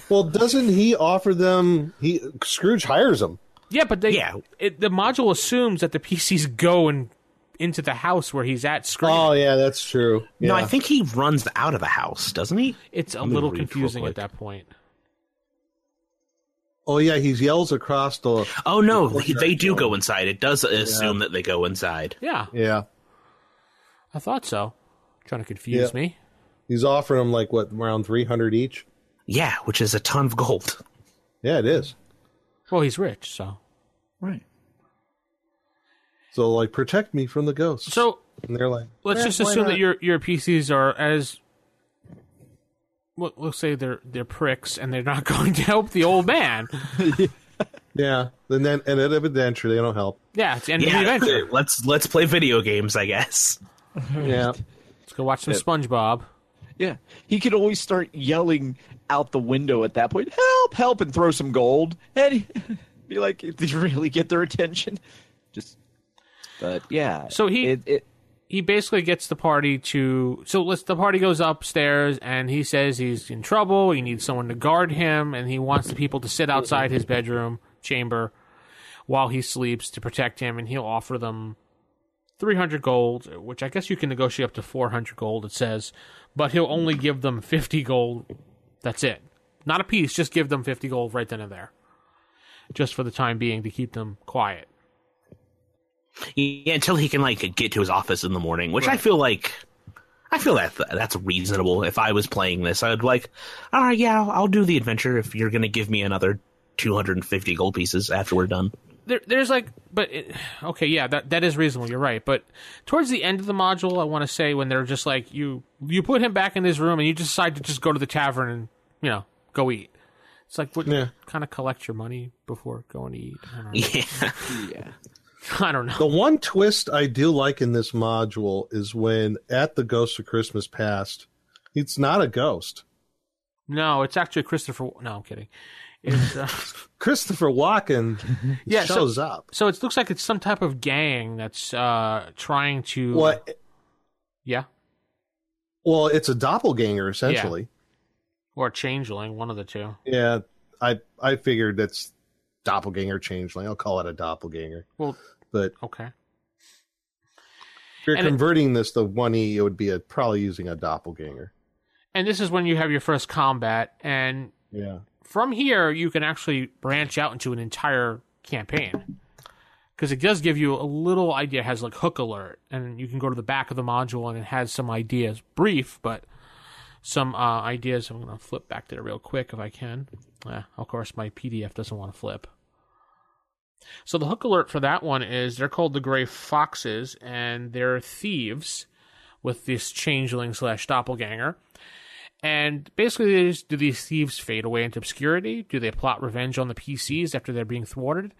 [SPEAKER 6] Well, doesn't he offer them? He Scrooge hires him.
[SPEAKER 4] Yeah, but they
[SPEAKER 7] Yeah.
[SPEAKER 4] it, the module assumes that the PCs go and into the house where he's at screaming.
[SPEAKER 6] Oh yeah, that's true. Yeah.
[SPEAKER 7] No, I think he runs out of the house, doesn't he?
[SPEAKER 4] It's a
[SPEAKER 7] I'm gonna
[SPEAKER 4] little
[SPEAKER 7] read real
[SPEAKER 4] confusing at
[SPEAKER 7] quick.
[SPEAKER 4] that point.
[SPEAKER 6] Oh yeah, he yells across the.
[SPEAKER 7] Oh no, he- they do go inside. It does assume that they go inside.
[SPEAKER 4] Yeah,
[SPEAKER 6] Yeah,
[SPEAKER 4] I thought so. Trying to confuse
[SPEAKER 6] Yeah.
[SPEAKER 4] me.
[SPEAKER 6] he's offering them like what around three hundred each.
[SPEAKER 7] Yeah, which is a ton of gold.
[SPEAKER 6] Yeah, it is.
[SPEAKER 4] Well, he's rich, so.
[SPEAKER 5] Right.
[SPEAKER 6] So like, protect me from the ghosts.
[SPEAKER 4] So
[SPEAKER 6] and they're like, "Eh,
[SPEAKER 4] let's just assume that your your PCs are as. Well, let's say they're they're pricks and they're not going to help the old man.
[SPEAKER 6] yeah. And then and then adventure, they don't help.
[SPEAKER 4] Yeah, it's the end of the
[SPEAKER 7] Yeah,
[SPEAKER 4] adventure.
[SPEAKER 7] let's let's play video games, I guess.
[SPEAKER 4] Hmm.
[SPEAKER 6] Yeah,
[SPEAKER 4] Let's go watch some SpongeBob.
[SPEAKER 5] Yeah. He could always start yelling out the window at that point, help, help, and throw some gold. And he- be like, did you really get their attention? Just, but yeah.
[SPEAKER 4] So he-
[SPEAKER 5] it, it,
[SPEAKER 4] he basically gets the party to so let's the party goes upstairs and he says he's in trouble he needs someone to guard him and he wants the people to sit outside his bedroom chamber while he sleeps to protect him and he'll offer them 300 gold, which I guess you can negotiate up to 400 gold, it says, but he'll only give them 50 gold. That's it. Not a piece, just give them 50 gold right then and there. Just for the time being to keep them quiet.
[SPEAKER 7] Yeah, until he can like get to his office in the morning, which I feel like I feel that that's reasonable. If I was playing this, I'd like, all right, yeah, I'll, I'll do the adventure if you're going to give me another 250 gold pieces after we're done.
[SPEAKER 4] There, there's like, but it, okay, yeah, that that is reasonable. You're right, but towards the end of the module, I want to say when they're just like you, you put him back in his room and you just decide to just go to the tavern and you know go eat. It's like, what
[SPEAKER 6] Yeah.
[SPEAKER 4] kind of collect your money before going to eat? I don't know.
[SPEAKER 7] Yeah,
[SPEAKER 4] I don't know.
[SPEAKER 6] The one twist I do like in this module is when at the Ghost of Christmas Past, it's not a ghost.
[SPEAKER 4] No, it's actually Christopher. No, I'm kidding. It's, uh,
[SPEAKER 6] Christopher Walken
[SPEAKER 4] Yeah, so-
[SPEAKER 6] shows up.
[SPEAKER 4] so it looks like it's some type of gang that's uh, trying to.
[SPEAKER 6] Well,
[SPEAKER 4] Yeah,
[SPEAKER 6] well, it's a doppelganger essentially.
[SPEAKER 4] or changeling, one of the two.
[SPEAKER 6] Yeah, I I figured that's doppelganger changeling. I'll call it a doppelganger.
[SPEAKER 4] Well,
[SPEAKER 6] But
[SPEAKER 4] okay.
[SPEAKER 6] if you're
[SPEAKER 4] And it-
[SPEAKER 6] converting this to one e, it would be a, probably using a doppelganger.
[SPEAKER 4] And this is when you have your first combat, and
[SPEAKER 6] Yeah,
[SPEAKER 4] from here you can actually branch out into an entire campaign because it does give you a little idea. It has like hook alert, and you can go to the back of the module, and it has some ideas, brief, but some uh, ideas. I'm gonna flip back to it real quick if I can. Uh, of course, my PDF doesn't want to flip. So the hook alert for that one is they're called the Gray Foxes, and they're thieves with this changeling slash doppelganger. And basically, they just, do these thieves fade away into obscurity? Do they plot revenge on the PCs after they're being thwarted?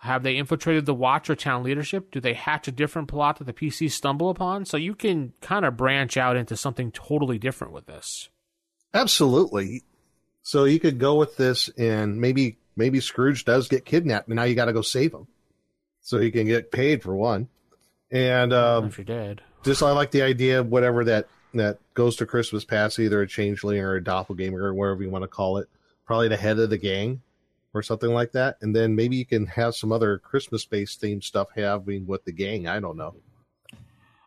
[SPEAKER 4] Have they infiltrated the Watch or town leadership? Do they hatch a different plot that the PCs stumble upon? So you can kind of branch out into something totally different with this.
[SPEAKER 6] absolutely. So you could go with this, and maybe maybe Scrooge does get kidnapped, and now you got to go save him, so he can get paid for one. And um,
[SPEAKER 4] if you're dead,
[SPEAKER 6] just I like the idea of whatever that that goes to Christmas Pass, either a changeling or a doppelganger or whatever you want to call it, probably the head of the gang or something like that. And then maybe you can have some other Christmas based themed stuff happening with the gang. I don't know.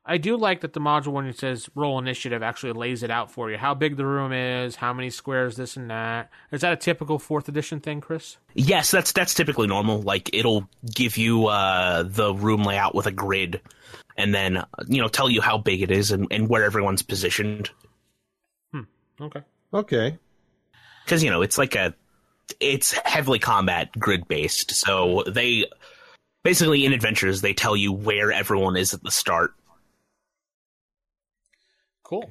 [SPEAKER 4] I do like that the module when it says roll initiative actually lays it out for you. How big the room is, how many squares, this and that. Is that a typical fourth edition thing, Chris?
[SPEAKER 7] yes, that's that's typically normal. Like it'll give you uh, the room layout with a grid, and then uh, you know tell you how big it is and, and where everyone's positioned.
[SPEAKER 4] Okay.
[SPEAKER 6] Okay.
[SPEAKER 7] because you know it's like a it's heavily combat grid based so they basically in adventures they tell you where everyone is at the start
[SPEAKER 4] Cool.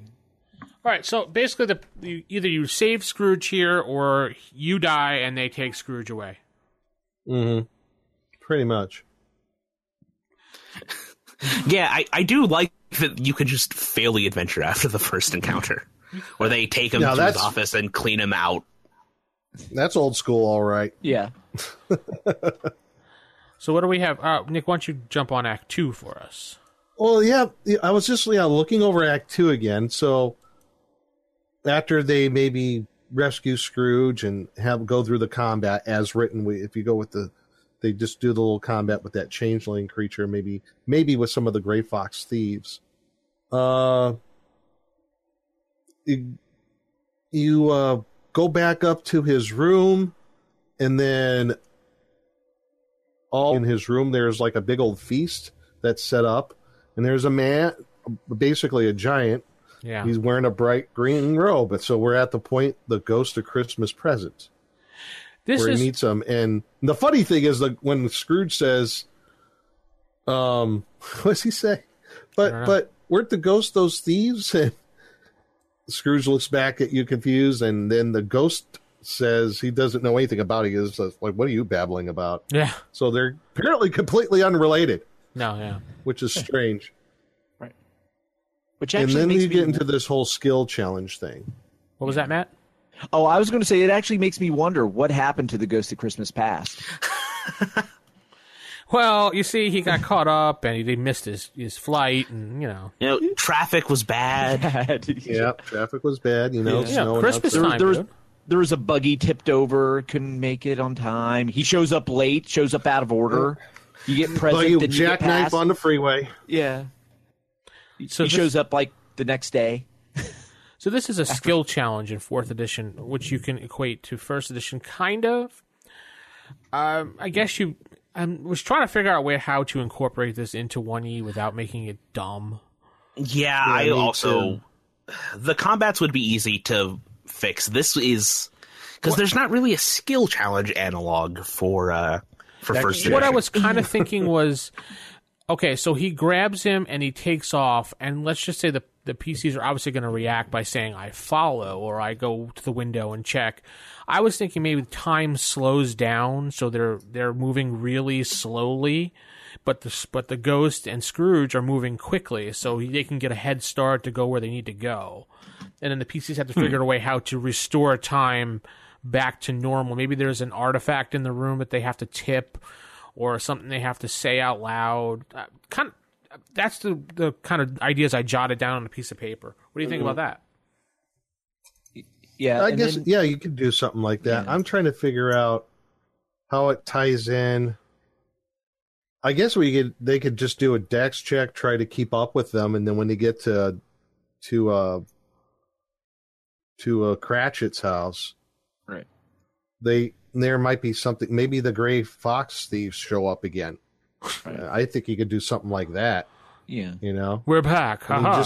[SPEAKER 4] All right, so basically, the you, either you save Scrooge here, or you die and they take Scrooge away.
[SPEAKER 6] hmm Pretty much.
[SPEAKER 7] yeah i, I do like that you could just fail the adventure after the first encounter where they take him
[SPEAKER 6] Now
[SPEAKER 7] to his
[SPEAKER 6] that's-
[SPEAKER 7] office and clean him out
[SPEAKER 6] That's old school, all right.
[SPEAKER 5] Yeah.
[SPEAKER 4] So what do we have, uh, Nick? Why don't you jump on Act Two for us?
[SPEAKER 6] Well, yeah, yeah, I was just yeah looking over Act Two again. So after they maybe rescue Scrooge and have go through the combat as written, we, if you go with the, they just do the little combat with that changeling creature, maybe maybe with some of the Gray Fox thieves. Uh, you, you uh go back up to his room, and then all in his room there's like a big old feast that's set up and there's a man basically a giant
[SPEAKER 4] Yeah.
[SPEAKER 6] he's wearing a bright green robe but so we're at the point the ghost of christmas present
[SPEAKER 4] this
[SPEAKER 6] where
[SPEAKER 4] is
[SPEAKER 6] he meets him and the funny thing is that when scrooge says um what's he say
[SPEAKER 4] don't
[SPEAKER 6] but
[SPEAKER 4] know.
[SPEAKER 6] but weren't the ghosts those thieves and scrooge looks back at you confused and then the ghost says he doesn't know anything about it is like what are you babbling about
[SPEAKER 4] yeah.
[SPEAKER 6] so they're apparently completely unrelated
[SPEAKER 4] No, yeah.
[SPEAKER 6] which is strange
[SPEAKER 5] Which
[SPEAKER 6] and
[SPEAKER 5] actually
[SPEAKER 6] then
[SPEAKER 5] makes
[SPEAKER 6] you
[SPEAKER 5] me
[SPEAKER 6] get into this whole skill challenge thing.
[SPEAKER 4] What was that, Matt?
[SPEAKER 5] Oh, I was going to say it actually makes me wonder what happened to the Ghost of Christmas Past.
[SPEAKER 4] Well, you see, he got caught up and he, they missed his his flight, and you know,
[SPEAKER 7] you know traffic was bad
[SPEAKER 6] Yeah, traffic was bad. You know,
[SPEAKER 4] Yeah.
[SPEAKER 6] snow and
[SPEAKER 4] Christmas
[SPEAKER 6] outside.
[SPEAKER 4] time,
[SPEAKER 5] there was
[SPEAKER 4] dude.
[SPEAKER 5] there was a buggy tipped over, couldn't make it on time. He shows up late, shows up out of order. You get
[SPEAKER 6] Well,
[SPEAKER 5] present,
[SPEAKER 6] you
[SPEAKER 5] then you get
[SPEAKER 6] jackknife
[SPEAKER 5] passed.
[SPEAKER 6] on the freeway.
[SPEAKER 5] yeah.
[SPEAKER 4] So
[SPEAKER 5] he
[SPEAKER 4] this-
[SPEAKER 5] shows up like the next day.
[SPEAKER 4] So this is a skill challenge in fourth edition, which you can equate to first edition, kind of. Um, I guess you. I was trying to figure out where how to incorporate this into one e without making it dumb.
[SPEAKER 7] Yeah, I,
[SPEAKER 6] me
[SPEAKER 7] also the combats would be easy to fix. This is because there's not really a skill challenge analog for uh for first edition.
[SPEAKER 4] What I was kind of thinking was, okay, so he grabs him and he takes off, and let's just say the the PCs are obviously going to react by saying "I follow" or "I go to the window and check." I was thinking maybe time slows down, so they're they're moving really slowly, but the but the ghost and Scrooge are moving quickly, so they can get a head start to go where they need to go, and then the PCs have to figure out a way how to restore time back to normal. Maybe there's an artifact in the room that they have to tip, or something they have to say out loud. Uh, kind of, that's the the kind of ideas I jotted down on a piece of paper. What do you think about that?
[SPEAKER 5] Yeah,
[SPEAKER 6] I
[SPEAKER 5] and
[SPEAKER 6] guess
[SPEAKER 5] then-
[SPEAKER 6] yeah, you could do something like that. I'm trying to figure out how it ties in. I guess we could they could just do a dex check, try to keep up with them, and then when they get to to uh to uh Cratchit's house,
[SPEAKER 5] Right.
[SPEAKER 6] They there might be something. Maybe the gray fox thieves show up again. Uh, I think you could do something like that.
[SPEAKER 5] yeah.
[SPEAKER 6] You know,
[SPEAKER 4] We're back.
[SPEAKER 6] I mean,
[SPEAKER 4] haha.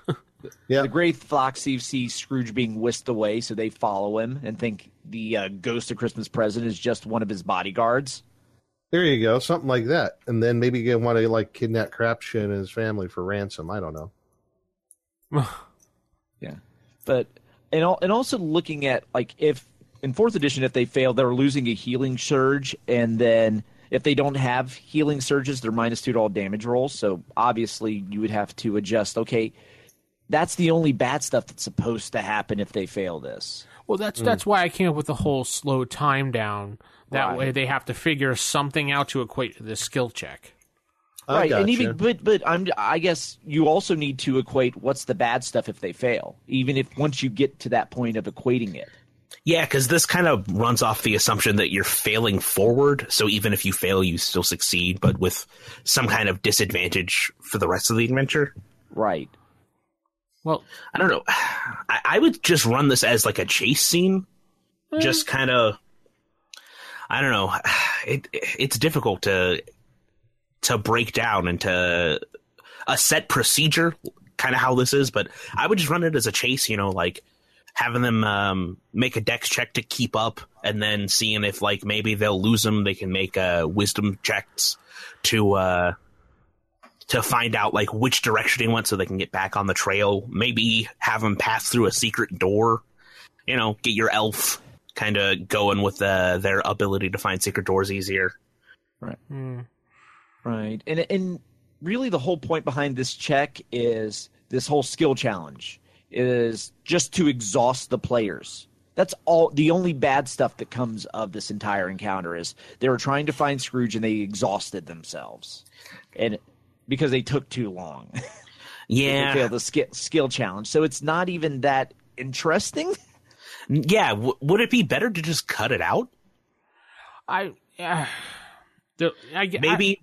[SPEAKER 6] just- yeah,
[SPEAKER 5] The Great Fox Thieves see Scrooge being whisked away, so they follow him and think the uh, Ghost of Christmas Present is just one of his bodyguards.
[SPEAKER 6] There you go, something like that, and then maybe you want to like kidnap Crapshin and his family for ransom. I don't know.
[SPEAKER 5] Yeah, but and al- and also looking at like if in fourth edition if they fail, they're losing a healing surge, and then if they don't have healing surges, they're minus two to all damage rolls. So obviously, you would have to adjust. Okay, that's the only bad stuff that's supposed to happen if they fail this.
[SPEAKER 4] Well, that's that's why I came up with the whole slow time down. That
[SPEAKER 5] Right.
[SPEAKER 4] way, they have to figure something out to equate to the skill check.
[SPEAKER 6] I
[SPEAKER 5] right, and
[SPEAKER 6] gotcha.
[SPEAKER 5] even but but I'm I guess you also need to equate what's the bad stuff if they fail, even if once you get to that point of equating it.
[SPEAKER 7] yeah, because this kind of runs off the assumption that you're failing forward. So even if you fail, you still succeed, but with some kind of disadvantage for the rest of the adventure.
[SPEAKER 5] Right.
[SPEAKER 4] Well,
[SPEAKER 7] I don't know. I, I would just run this as like a chase scene. Just kind of. I don't know. It it's difficult to to break down into a set procedure, kind of how this is. But I would just run it as a chase. You know, like having them um, make a dex check to keep up, and then seeing if like maybe they'll lose them. They can make uh, wisdom checks to. Uh, to find out like which direction he went so they can get back on the trail. Maybe have him pass through a secret door. You know, get your elf kind of going with uh, their ability to find secret doors easier.
[SPEAKER 5] Right. And and really the whole point behind this check is this whole skill challenge is just to exhaust the players. That's all the only bad stuff that comes of this entire encounter is they were trying to find Scrooge and they exhausted themselves. And because they took too long.
[SPEAKER 7] Yeah,
[SPEAKER 5] to fail the skill, skill challenge. So it's not even that interesting.
[SPEAKER 7] yeah. W- would it be better to just cut it out?
[SPEAKER 4] I. Uh, the, I I-
[SPEAKER 7] Maybe.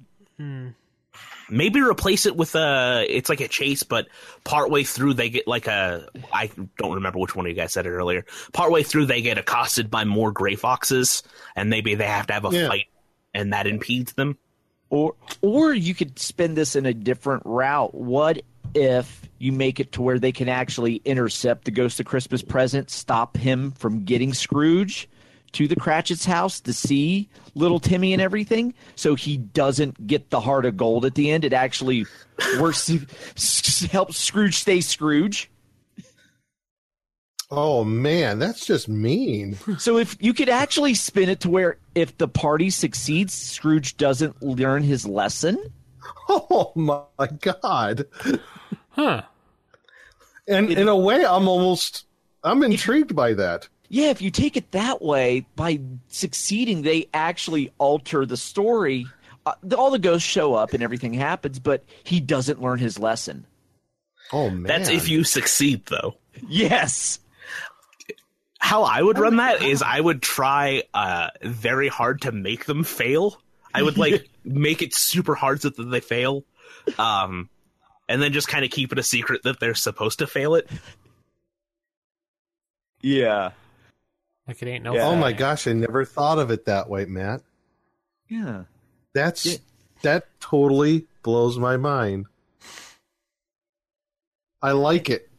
[SPEAKER 7] Maybe replace it with a. It's like a chase, but partway through they get like a. I don't remember which one of you guys said it earlier. Partway through they get accosted by more gray foxes, and maybe they have to have a
[SPEAKER 6] Yeah.
[SPEAKER 7] fight, and that impedes them.
[SPEAKER 5] Or or you could spin this in a different route. What if you make it to where they can actually intercept the ghost of Christmas present, stop him from getting Scrooge to the Cratchit's house to see little Timmy and everything, so he doesn't get the heart of gold at the end. It actually works helps Scrooge stay Scrooge.
[SPEAKER 6] Oh man, that's just mean.
[SPEAKER 5] So if you could actually spin it to where if the party succeeds, Scrooge doesn't learn his lesson.
[SPEAKER 6] oh my god.
[SPEAKER 4] Huh.
[SPEAKER 6] And in a way, I'm almost I'm intrigued by that.
[SPEAKER 5] Yeah, if you take it that way, by succeeding, they actually alter the story. Uh, the, all the ghosts show up and everything happens, but he doesn't learn his lesson.
[SPEAKER 6] Oh man,
[SPEAKER 7] That's if you succeed, though.
[SPEAKER 5] Yes.
[SPEAKER 6] Oh
[SPEAKER 7] How I would run that is I would try uh, very hard to make them fail. I would like make it super hard so that they fail, um, and then just kind of keep it a secret that they're supposed to fail it.
[SPEAKER 5] Yeah.
[SPEAKER 4] Like it ain't no.
[SPEAKER 5] Yeah.
[SPEAKER 4] fun.
[SPEAKER 6] Oh my gosh, I never thought of it that way, Matt.
[SPEAKER 5] Yeah.
[SPEAKER 6] That's
[SPEAKER 5] Yeah.
[SPEAKER 6] that totally blows my mind. I like it.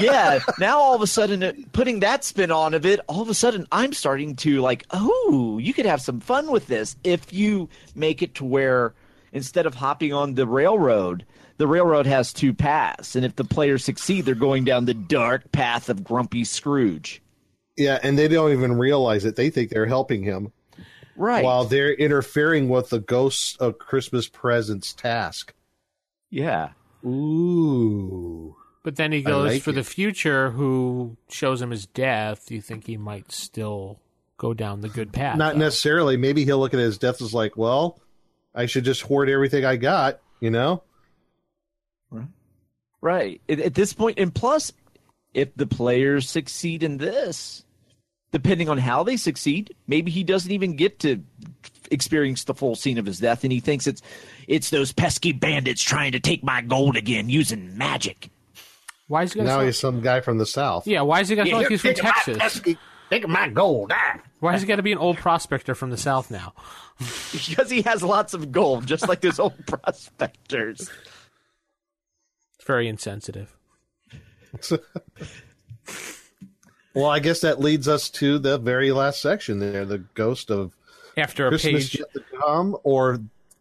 [SPEAKER 5] yeah. Now all of a sudden, it- putting that spin on of it, all of a sudden I'm starting to like, oh, you could have some fun with this if you make it to where instead of hopping on the railroad, the railroad has two paths, and if the players succeed, they're going down the dark path of Grumpy Scrooge.
[SPEAKER 6] Yeah, and they don't even realize it. They think they're helping him
[SPEAKER 5] Right.
[SPEAKER 6] while they're interfering with the Ghosts of Christmas Presents task.
[SPEAKER 5] yeah.
[SPEAKER 6] Ooh.
[SPEAKER 4] But then he
[SPEAKER 6] I
[SPEAKER 4] goes
[SPEAKER 6] like
[SPEAKER 4] for
[SPEAKER 6] it.
[SPEAKER 4] the future, who shows him his death. You think he might still go down the good path?
[SPEAKER 6] Not
[SPEAKER 4] though.
[SPEAKER 6] necessarily. Maybe he'll look at his death as like, well, I should just hoard everything I got, you know?
[SPEAKER 5] Right. At, at this point, and plus, if the players succeed in this, depending on how they succeed, maybe he doesn't even get to experience the full scene of his death, and he thinks it's it's those pesky bandits trying to take my gold again using magic.
[SPEAKER 4] Why is he
[SPEAKER 6] now
[SPEAKER 4] got?
[SPEAKER 6] he's some guy from the South.
[SPEAKER 4] yeah. Why is he got? like he's from Texas.
[SPEAKER 7] Think of my gold. Ah.
[SPEAKER 4] Why has he got to be an old prospector from the South now?
[SPEAKER 5] Because he has lots of gold, just like those old prospectors.
[SPEAKER 4] It's very insensitive.
[SPEAKER 6] Well, I guess that leads us to the very last section there the Ghost of
[SPEAKER 4] After a
[SPEAKER 6] Christmas
[SPEAKER 4] page,
[SPEAKER 6] Yet to Come or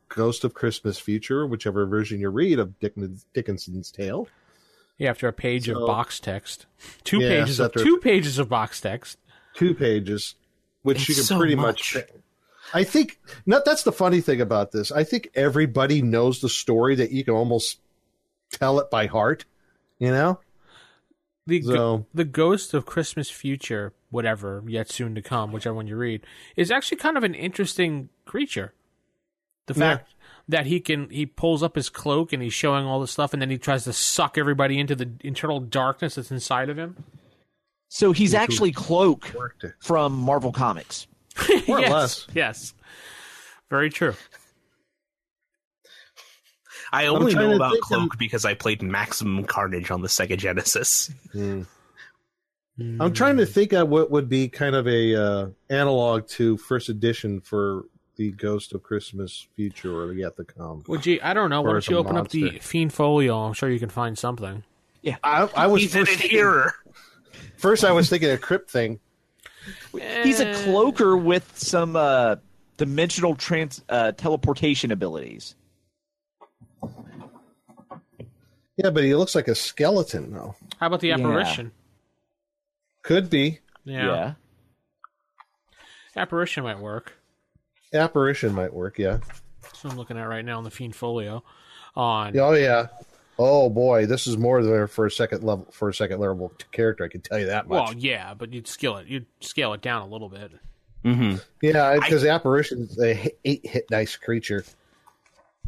[SPEAKER 6] Ghost of Christmas Future, whichever version you read of Dick- Dickinson's tale.
[SPEAKER 4] yeah, after a page
[SPEAKER 6] So-
[SPEAKER 4] of box text, two
[SPEAKER 6] Yeah,
[SPEAKER 4] pages of
[SPEAKER 6] after-
[SPEAKER 4] two pages of box text.
[SPEAKER 6] two pages, which
[SPEAKER 7] It's
[SPEAKER 6] you can
[SPEAKER 7] so
[SPEAKER 6] pretty
[SPEAKER 7] much.
[SPEAKER 6] much. I think no, that's the funny thing about this. I think everybody knows the story that you can almost tell it by heart. You know,
[SPEAKER 4] The go-
[SPEAKER 6] So-
[SPEAKER 4] the ghost of Christmas future, whatever yet soon to come, whichever one you read, is actually kind of an interesting creature. The
[SPEAKER 6] Yeah.
[SPEAKER 4] fact that he can he pulls up his cloak and he's showing all this stuff, and then he tries to suck everybody into the internal darkness that's inside of him.
[SPEAKER 5] So he's actually Cloak
[SPEAKER 6] worked it.
[SPEAKER 5] from Marvel Comics.
[SPEAKER 6] more
[SPEAKER 4] yes,
[SPEAKER 6] or less.
[SPEAKER 4] yes, very true.
[SPEAKER 7] I only
[SPEAKER 6] trying
[SPEAKER 7] know
[SPEAKER 6] to
[SPEAKER 7] about
[SPEAKER 6] think
[SPEAKER 7] Cloak
[SPEAKER 6] of-
[SPEAKER 7] because I played Maximum Carnage on the Sega Genesis.
[SPEAKER 6] Hmm. I'm trying to think of what would be kind of a uh, analog to first edition for the Ghost of Christmas Future or Yet to Come.
[SPEAKER 4] Well, gee, I don't know. Why
[SPEAKER 6] Or
[SPEAKER 4] don't
[SPEAKER 6] it's
[SPEAKER 4] you
[SPEAKER 6] a
[SPEAKER 4] open up the
[SPEAKER 6] monster.
[SPEAKER 4] Fiend Folio? I'm sure you can find something.
[SPEAKER 6] I, I was
[SPEAKER 7] He's an
[SPEAKER 6] first,
[SPEAKER 7] adherer.
[SPEAKER 6] first. I was thinking a crypt thing.
[SPEAKER 5] He's a cloaker with some uh, dimensional trans uh, teleportation abilities.
[SPEAKER 6] Yeah, but he looks like a skeleton though.
[SPEAKER 4] How about the
[SPEAKER 5] Yeah.
[SPEAKER 4] apparition?
[SPEAKER 6] Could be
[SPEAKER 4] Yeah. Apparition might work.
[SPEAKER 6] apparition might work. Yeah.
[SPEAKER 4] That's what I'm looking at right now on the Fiend Folio. On
[SPEAKER 6] Oh yeah. Oh boy, this is more there for a second level for a second level character. I can tell you that much.
[SPEAKER 4] well, yeah, but you'd scale it. You'd scale it down a little bit.
[SPEAKER 6] yeah, because apparition is a h- eight hit dice creature.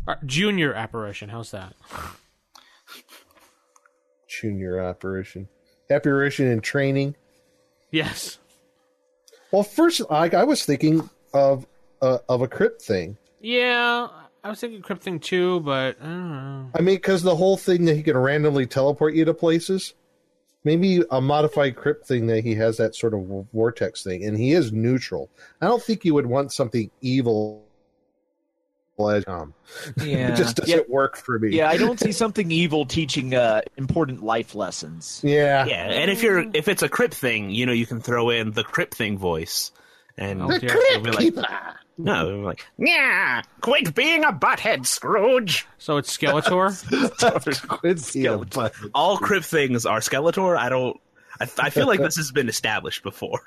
[SPEAKER 4] Uh, junior apparition. How's that?
[SPEAKER 6] Junior apparition, apparition in training.
[SPEAKER 4] Yes.
[SPEAKER 6] Well, first I, I was thinking of uh, of a crypt thing.
[SPEAKER 4] Yeah, I was thinking Crypt Thing too, but I don't know.
[SPEAKER 6] I mean, because the whole thing that he can randomly teleport you to places. Maybe a modified crypt thing that he has that sort of vortex thing, and he is neutral. I don't think you would want something evil. As, um,
[SPEAKER 5] Yeah.
[SPEAKER 6] It just doesn't
[SPEAKER 5] yeah,
[SPEAKER 6] work for me.
[SPEAKER 5] yeah, I don't see something evil teaching uh, important life lessons.
[SPEAKER 6] Yeah.
[SPEAKER 7] Yeah, and if
[SPEAKER 6] Mm.
[SPEAKER 7] you're if it's a Crip thing, you know you can throw in the Crip thing voice, and
[SPEAKER 4] Oh, dear.
[SPEAKER 7] they'll be like, no, they'll be like, yeah, quit being a butthead, Scrooge.
[SPEAKER 4] So it's Skeletor.
[SPEAKER 6] It's yeah, but
[SPEAKER 7] All Crip things are Skeletor. I don't. I, I feel like this has been established before.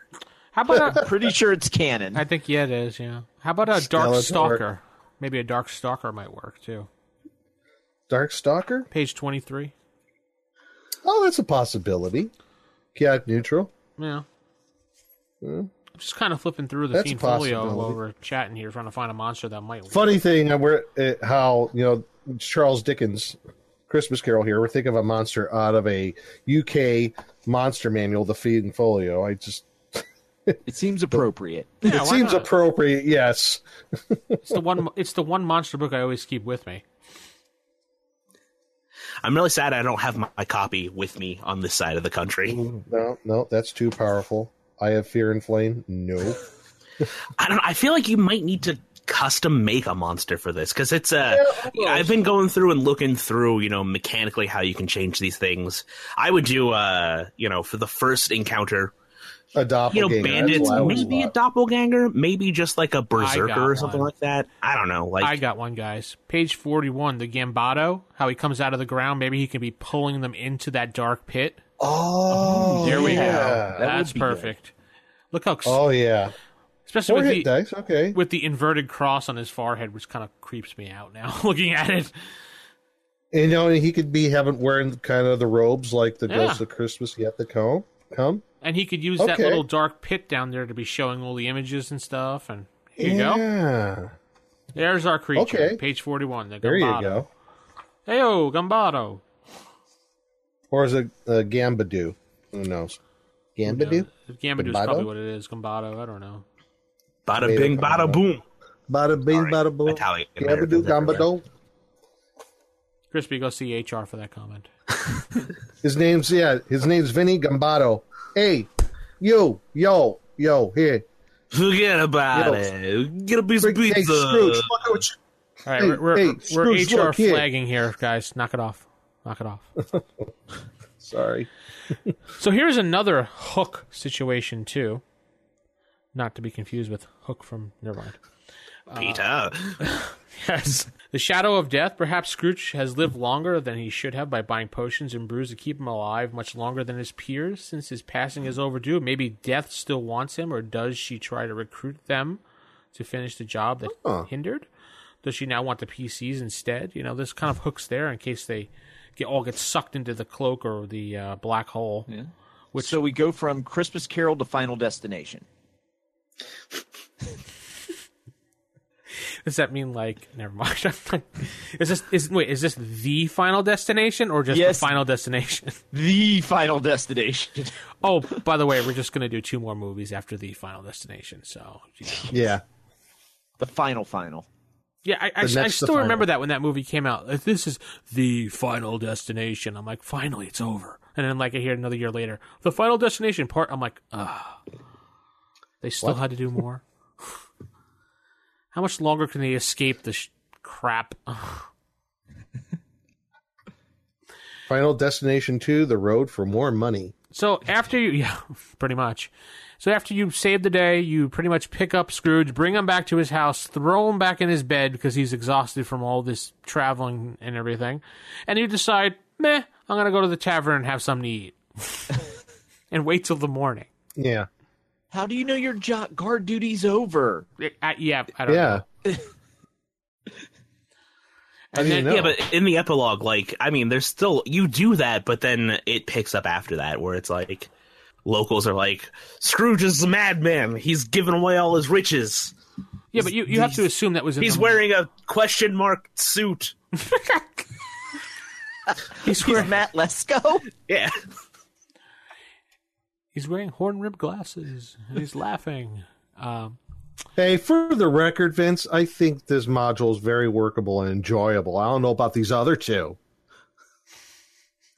[SPEAKER 4] How about a,
[SPEAKER 5] Pretty sure it's canon.
[SPEAKER 4] I think yeah, it is. Yeah. How about a Dark
[SPEAKER 6] Skeletor.
[SPEAKER 4] Stalker? Maybe a Dark Stalker might work too.
[SPEAKER 6] Darkstalker?
[SPEAKER 4] Page twenty-three.
[SPEAKER 6] Oh, that's a possibility. Chaotic neutral.
[SPEAKER 4] Yeah. I'm just kind of flipping through the
[SPEAKER 6] Hmm? That's a
[SPEAKER 4] Fiend Folio while
[SPEAKER 6] possibility.
[SPEAKER 4] we're chatting here, trying to find a monster that might. work.
[SPEAKER 6] Funny thing, uh, we're uh, how you know Charles Dickens, Christmas Carol. Here, we're thinking of a monster out of a UK monster manual, The Feed and Folio. I just
[SPEAKER 5] It seems appropriate.
[SPEAKER 4] Yeah,
[SPEAKER 6] it
[SPEAKER 4] why
[SPEAKER 6] seems
[SPEAKER 4] not?
[SPEAKER 6] appropriate, yes.
[SPEAKER 4] It's the one. It's the one monster book I always keep with me.
[SPEAKER 7] I'm really sad I don't have my, my copy with me on this side of the country.
[SPEAKER 6] No, no, that's too powerful. I have fear and flame. No.
[SPEAKER 7] I don't. I feel like you might need to custom make a monster for this because it's a. I've been going through and looking through, you know, mechanically how you can change these things. I would do, uh, you know, for the first encounter,
[SPEAKER 6] A
[SPEAKER 7] you know,
[SPEAKER 6] doppelganger. that's
[SPEAKER 7] bandits,
[SPEAKER 6] why I was
[SPEAKER 7] maybe a
[SPEAKER 6] like-
[SPEAKER 7] doppelganger, maybe just like a berserker or something
[SPEAKER 4] one.
[SPEAKER 7] like that. I don't know. Like
[SPEAKER 4] I got one, guys. Page forty-one, the Gambato. How he comes out of the ground. Maybe he can be pulling them into that dark pit.
[SPEAKER 6] Oh,
[SPEAKER 4] There we
[SPEAKER 6] yeah.
[SPEAKER 4] go.
[SPEAKER 5] That
[SPEAKER 4] That's
[SPEAKER 5] would be good.
[SPEAKER 4] perfect. Look how,
[SPEAKER 6] Oh, yeah.
[SPEAKER 4] especially
[SPEAKER 6] Four
[SPEAKER 4] with
[SPEAKER 6] hit
[SPEAKER 4] the,
[SPEAKER 6] dice. Okay.
[SPEAKER 4] with the inverted cross on his forehead, which kind of creeps me out now. looking at it,
[SPEAKER 6] And, you know, he could be having wearing kind of the robes like the
[SPEAKER 4] Yeah.
[SPEAKER 6] Ghost of Christmas yet to come. Come.
[SPEAKER 4] and he could use that
[SPEAKER 6] Okay.
[SPEAKER 4] little dark pit down there to be showing all the images and stuff. And here you go.
[SPEAKER 6] Yeah.
[SPEAKER 4] There's our creature.
[SPEAKER 6] Okay.
[SPEAKER 4] Page forty-one. The Gambato.
[SPEAKER 6] There you go.
[SPEAKER 4] Heyo, Gambato.
[SPEAKER 6] Or is it uh, Gambadoo? Who knows? Gambadoo?
[SPEAKER 4] Gambadoo is
[SPEAKER 6] Gambato?
[SPEAKER 4] probably what it is. Gambato. I don't know.
[SPEAKER 7] bada bing, bada boom.
[SPEAKER 6] Bada bing,
[SPEAKER 7] Sorry,
[SPEAKER 6] bada boom.
[SPEAKER 7] Italian
[SPEAKER 6] Gambadoo,
[SPEAKER 7] Americans everywhere.
[SPEAKER 6] Gambadoo.
[SPEAKER 4] Crispy, go see HR for that comment.
[SPEAKER 6] His name's, yeah, his name's Vinny Gambato. Hey, you, yo, yo, here.
[SPEAKER 7] Forget about
[SPEAKER 6] Yes.
[SPEAKER 7] it. Get a piece of
[SPEAKER 6] Big, hey,
[SPEAKER 7] pizza.
[SPEAKER 6] Scrooge, look at what you
[SPEAKER 4] All right,
[SPEAKER 6] Hey,
[SPEAKER 4] we're, we're,
[SPEAKER 6] hey,
[SPEAKER 4] we're
[SPEAKER 6] Scrooge,
[SPEAKER 4] HR
[SPEAKER 6] look here.
[SPEAKER 4] flagging here, guys. Knock it off. Knock it off.
[SPEAKER 6] Sorry.
[SPEAKER 4] so here's another hook situation too. Not to be confused with hook from never mind.
[SPEAKER 7] Peter.
[SPEAKER 4] Yes. The shadow of death. Perhaps Scrooge has lived longer than he should have by buying potions and brews to keep him alive much longer than his peers. Since his passing is overdue, maybe death still wants him, or does she try to recruit them to finish the job that hindered? Does she now want the PCs instead? You know, this kind of hooks there in case they get all get sucked into the cloak or the uh, black hole.
[SPEAKER 5] so we go from Christmas Carol to Final Destination.
[SPEAKER 4] Does that mean like never mind? is this is wait is this the final destination or just
[SPEAKER 5] Yes.
[SPEAKER 4] the final destination?
[SPEAKER 5] The Final Destination.
[SPEAKER 4] Oh, by the way, we're just going to do two more movies after the Final Destination. So, you know.
[SPEAKER 6] Yeah.
[SPEAKER 5] the final final.
[SPEAKER 4] yeah, I, I,
[SPEAKER 6] The next
[SPEAKER 4] I
[SPEAKER 6] to
[SPEAKER 4] still
[SPEAKER 6] final.
[SPEAKER 4] remember that when that movie came out. Like, This is the Final Destination. I'm like, finally, it's over. And then, like, I hear another year later, the Final Destination part. I'm like, ah, they still had to do more. How much longer can they escape this sh- crap?
[SPEAKER 6] Final Destination 2, The Road for More Money.
[SPEAKER 4] So after you, yeah, pretty much. So after you save the day, you pretty much pick up Scrooge, bring him back to his house, throw him back in his bed because he's exhausted from all this traveling and everything, and you decide, meh, I'm gonna go to the tavern and have something to eat, and wait till the morning.
[SPEAKER 6] Yeah.
[SPEAKER 5] How do you know your jo- guard duty's over?
[SPEAKER 4] I, yeah, I don't know.
[SPEAKER 6] Yeah.
[SPEAKER 4] And
[SPEAKER 6] do you
[SPEAKER 4] then,
[SPEAKER 6] know?
[SPEAKER 4] yeah,
[SPEAKER 7] Yeah, but in the epilogue, like, I mean, there's still you do that, but then it picks up after that, where it's like locals are like, Scrooge is a madman. He's giving away all his riches.
[SPEAKER 4] yeah, but you, you have to assume that was in
[SPEAKER 7] He's
[SPEAKER 4] the-
[SPEAKER 7] wearing a question mark suit.
[SPEAKER 4] he's wearing
[SPEAKER 5] Matt Lesko?
[SPEAKER 7] Yeah,
[SPEAKER 4] he's wearing horn rimmed glasses and he's laughing. Um,
[SPEAKER 6] Hey, for the record, Vince, I think this module is very workable and enjoyable. I don't know about these other two.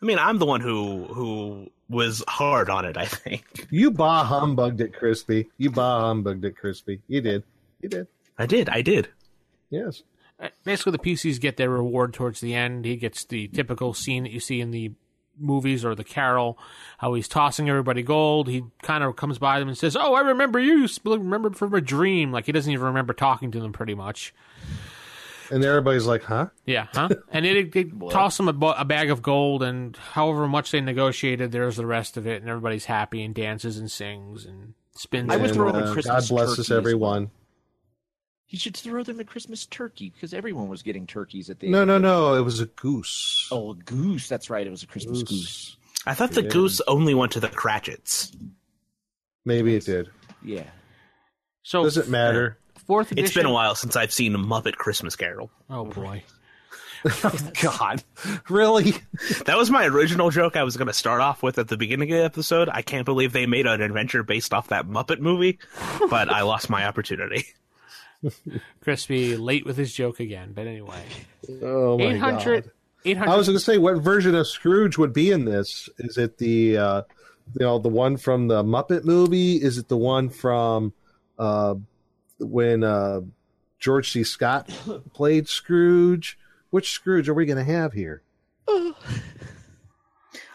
[SPEAKER 7] I mean, I'm the one who who was hard on it. I think
[SPEAKER 6] You bah humbugged it, Crispy. You bah humbugged it, Crispy. You did. You did.
[SPEAKER 7] I did. I did.
[SPEAKER 6] Yes.
[SPEAKER 4] basically the PCs get their reward towards the end. He gets the typical scene that you see in the movies or the Carol, how he's tossing everybody gold. He kind of comes by them and says, "Oh, I remember you. You sp- remember from a dream." Like he doesn't even remember talking to them, pretty much.
[SPEAKER 6] And everybody's like, huh?
[SPEAKER 4] Yeah, huh? and it, it, toss him a, bu- a bag of gold, and however much they negotiated, there's the rest of it, and everybody's happy and dances and sings and spins.
[SPEAKER 5] I was
[SPEAKER 4] and-
[SPEAKER 6] And,
[SPEAKER 5] throwing
[SPEAKER 6] uh, God
[SPEAKER 5] Christmas
[SPEAKER 6] bless
[SPEAKER 5] turkey
[SPEAKER 6] us,
[SPEAKER 5] as
[SPEAKER 6] everyone.
[SPEAKER 5] He should throw them a Christmas turkey because everyone was getting turkeys at the
[SPEAKER 6] No, no, no. It was a goose.
[SPEAKER 5] Oh, a goose. That's right. It was a Christmas goose.
[SPEAKER 7] I thought the goose only went to the Cratchits.
[SPEAKER 6] Maybe it did.
[SPEAKER 5] Yeah.
[SPEAKER 4] so
[SPEAKER 6] Doesn't matter.
[SPEAKER 5] Oh,
[SPEAKER 4] Fourth edition.
[SPEAKER 7] It's been a while since I've seen a Muppet Christmas Carol.
[SPEAKER 4] Oh boy.
[SPEAKER 6] God, really?
[SPEAKER 7] That was my original joke I was going to start off with at the beginning of the episode. I can't believe they made an adventure based off that Muppet movie, but I lost my opportunity.
[SPEAKER 4] Crispy late with his joke again, but anyway.
[SPEAKER 6] Oh my
[SPEAKER 4] 800,
[SPEAKER 6] God.
[SPEAKER 4] 800
[SPEAKER 6] I was going to say, what version of Scrooge would be in this? Is it the, uh, you know, the one from the Muppet movie? Is it the one from uh, when uh, George C. Scott played Scrooge? Which Scrooge are we going to have here?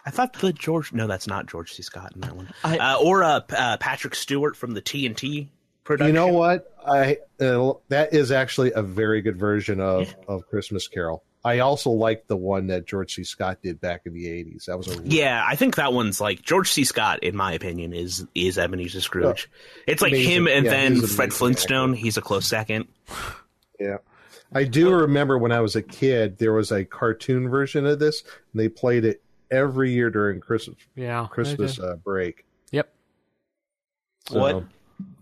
[SPEAKER 7] I thought the George. No, that's not George C. Scott in that one. uh, or uh, P- uh, Patrick Stewart from the TNT
[SPEAKER 6] You
[SPEAKER 7] production.
[SPEAKER 6] know what? I uh, that is actually a very good version of of Christmas Carol. I also like the one that George C. Scott did back in the '80s. That was a
[SPEAKER 7] Yeah, I think that one's like George C. Scott, in my opinion, is is Ebenezer Scrooge. it's like
[SPEAKER 6] amazing.
[SPEAKER 7] him and
[SPEAKER 6] Yeah,
[SPEAKER 7] then
[SPEAKER 6] he's an
[SPEAKER 7] Fred
[SPEAKER 6] amazing
[SPEAKER 7] Flintstone. He's a close second.
[SPEAKER 6] Yeah. I do remember when I was a kid, there was a cartoon version of this, and they played it every year during Christmas
[SPEAKER 4] yeah, they
[SPEAKER 6] Christmas
[SPEAKER 4] did.
[SPEAKER 6] uh, break.
[SPEAKER 4] Yep.
[SPEAKER 6] So,
[SPEAKER 5] What?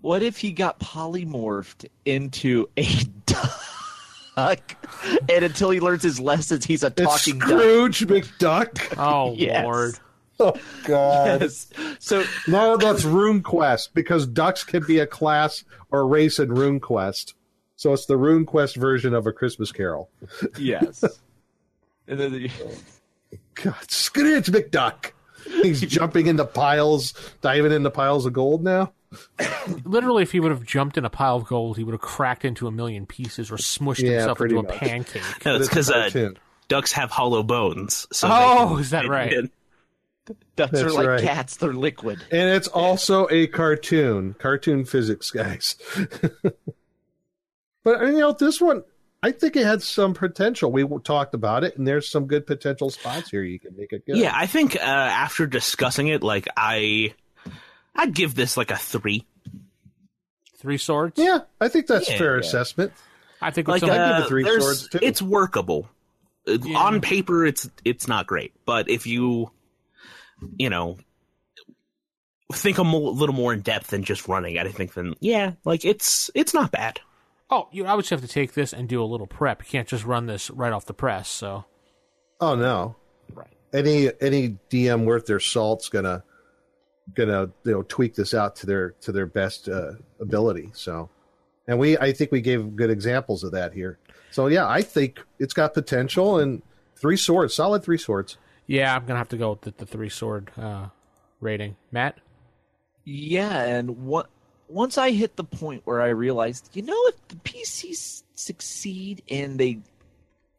[SPEAKER 5] What if he got polymorphed into a duck? And until he learns his lessons, he's a
[SPEAKER 6] It's
[SPEAKER 5] talking duck.
[SPEAKER 6] Scrooge McDuck.
[SPEAKER 4] Oh
[SPEAKER 5] Yes.
[SPEAKER 4] lord.
[SPEAKER 6] Oh God!
[SPEAKER 5] Yes. So
[SPEAKER 6] No, that's RuneQuest because ducks can be a class or race in RuneQuest. So it's the RuneQuest version of a Christmas Carol.
[SPEAKER 5] yes. And then the-
[SPEAKER 6] God, Scrooge McDuck. He's jumping into piles, diving into piles of gold now.
[SPEAKER 4] Literally, if he would have jumped in a pile of gold, he would have cracked into a million pieces or smushed
[SPEAKER 6] Yeah,
[SPEAKER 4] himself
[SPEAKER 6] pretty
[SPEAKER 4] into a
[SPEAKER 6] much.
[SPEAKER 4] pancake.
[SPEAKER 7] No,
[SPEAKER 6] It's
[SPEAKER 7] it's
[SPEAKER 6] a
[SPEAKER 7] because uh,
[SPEAKER 6] cartoon.
[SPEAKER 7] ducks have hollow bones. So they
[SPEAKER 4] Oh,
[SPEAKER 7] can-
[SPEAKER 4] is that
[SPEAKER 7] they
[SPEAKER 4] right?
[SPEAKER 7] can-
[SPEAKER 5] ducks are
[SPEAKER 6] That's
[SPEAKER 5] like
[SPEAKER 6] right.
[SPEAKER 5] cats; they're liquid.
[SPEAKER 6] And it's also a cartoon, cartoon physics, guys. but you know, this one, I think it had some potential. We talked about it, and there's some good potential spots here. You can make it good.
[SPEAKER 7] Yeah, I think uh, after discussing it, like I, I'd give this like a three.
[SPEAKER 4] Three swords.
[SPEAKER 6] yeah, I think that's
[SPEAKER 7] Yeah,
[SPEAKER 6] fair
[SPEAKER 7] yeah.
[SPEAKER 6] assessment.
[SPEAKER 4] I think
[SPEAKER 7] Like
[SPEAKER 4] it's only-
[SPEAKER 6] give
[SPEAKER 7] uh,
[SPEAKER 6] it three
[SPEAKER 7] there's-
[SPEAKER 6] swords, too.
[SPEAKER 7] it's workable. Uh, On paper, it's it's not great, but if you, you know, think a mo- little more in depth than just running, I think then yeah, like it's it's not bad.
[SPEAKER 4] oh, you I would just have to take this and do a little prep. You can't just run this right off the press. So
[SPEAKER 6] Oh no, right? Any any DM worth their salt's gonna gonna you know tweak this out to their to their best uh, ability. So, and we I think we gave good examples of that here. So yeah, I think it's got potential and three swords, solid three swords.
[SPEAKER 4] yeah, I'm gonna have to go with the, the three sword uh, rating. Matt,
[SPEAKER 5] Yeah, and what once I hit the point where I realized, you know, if the PCs succeed and they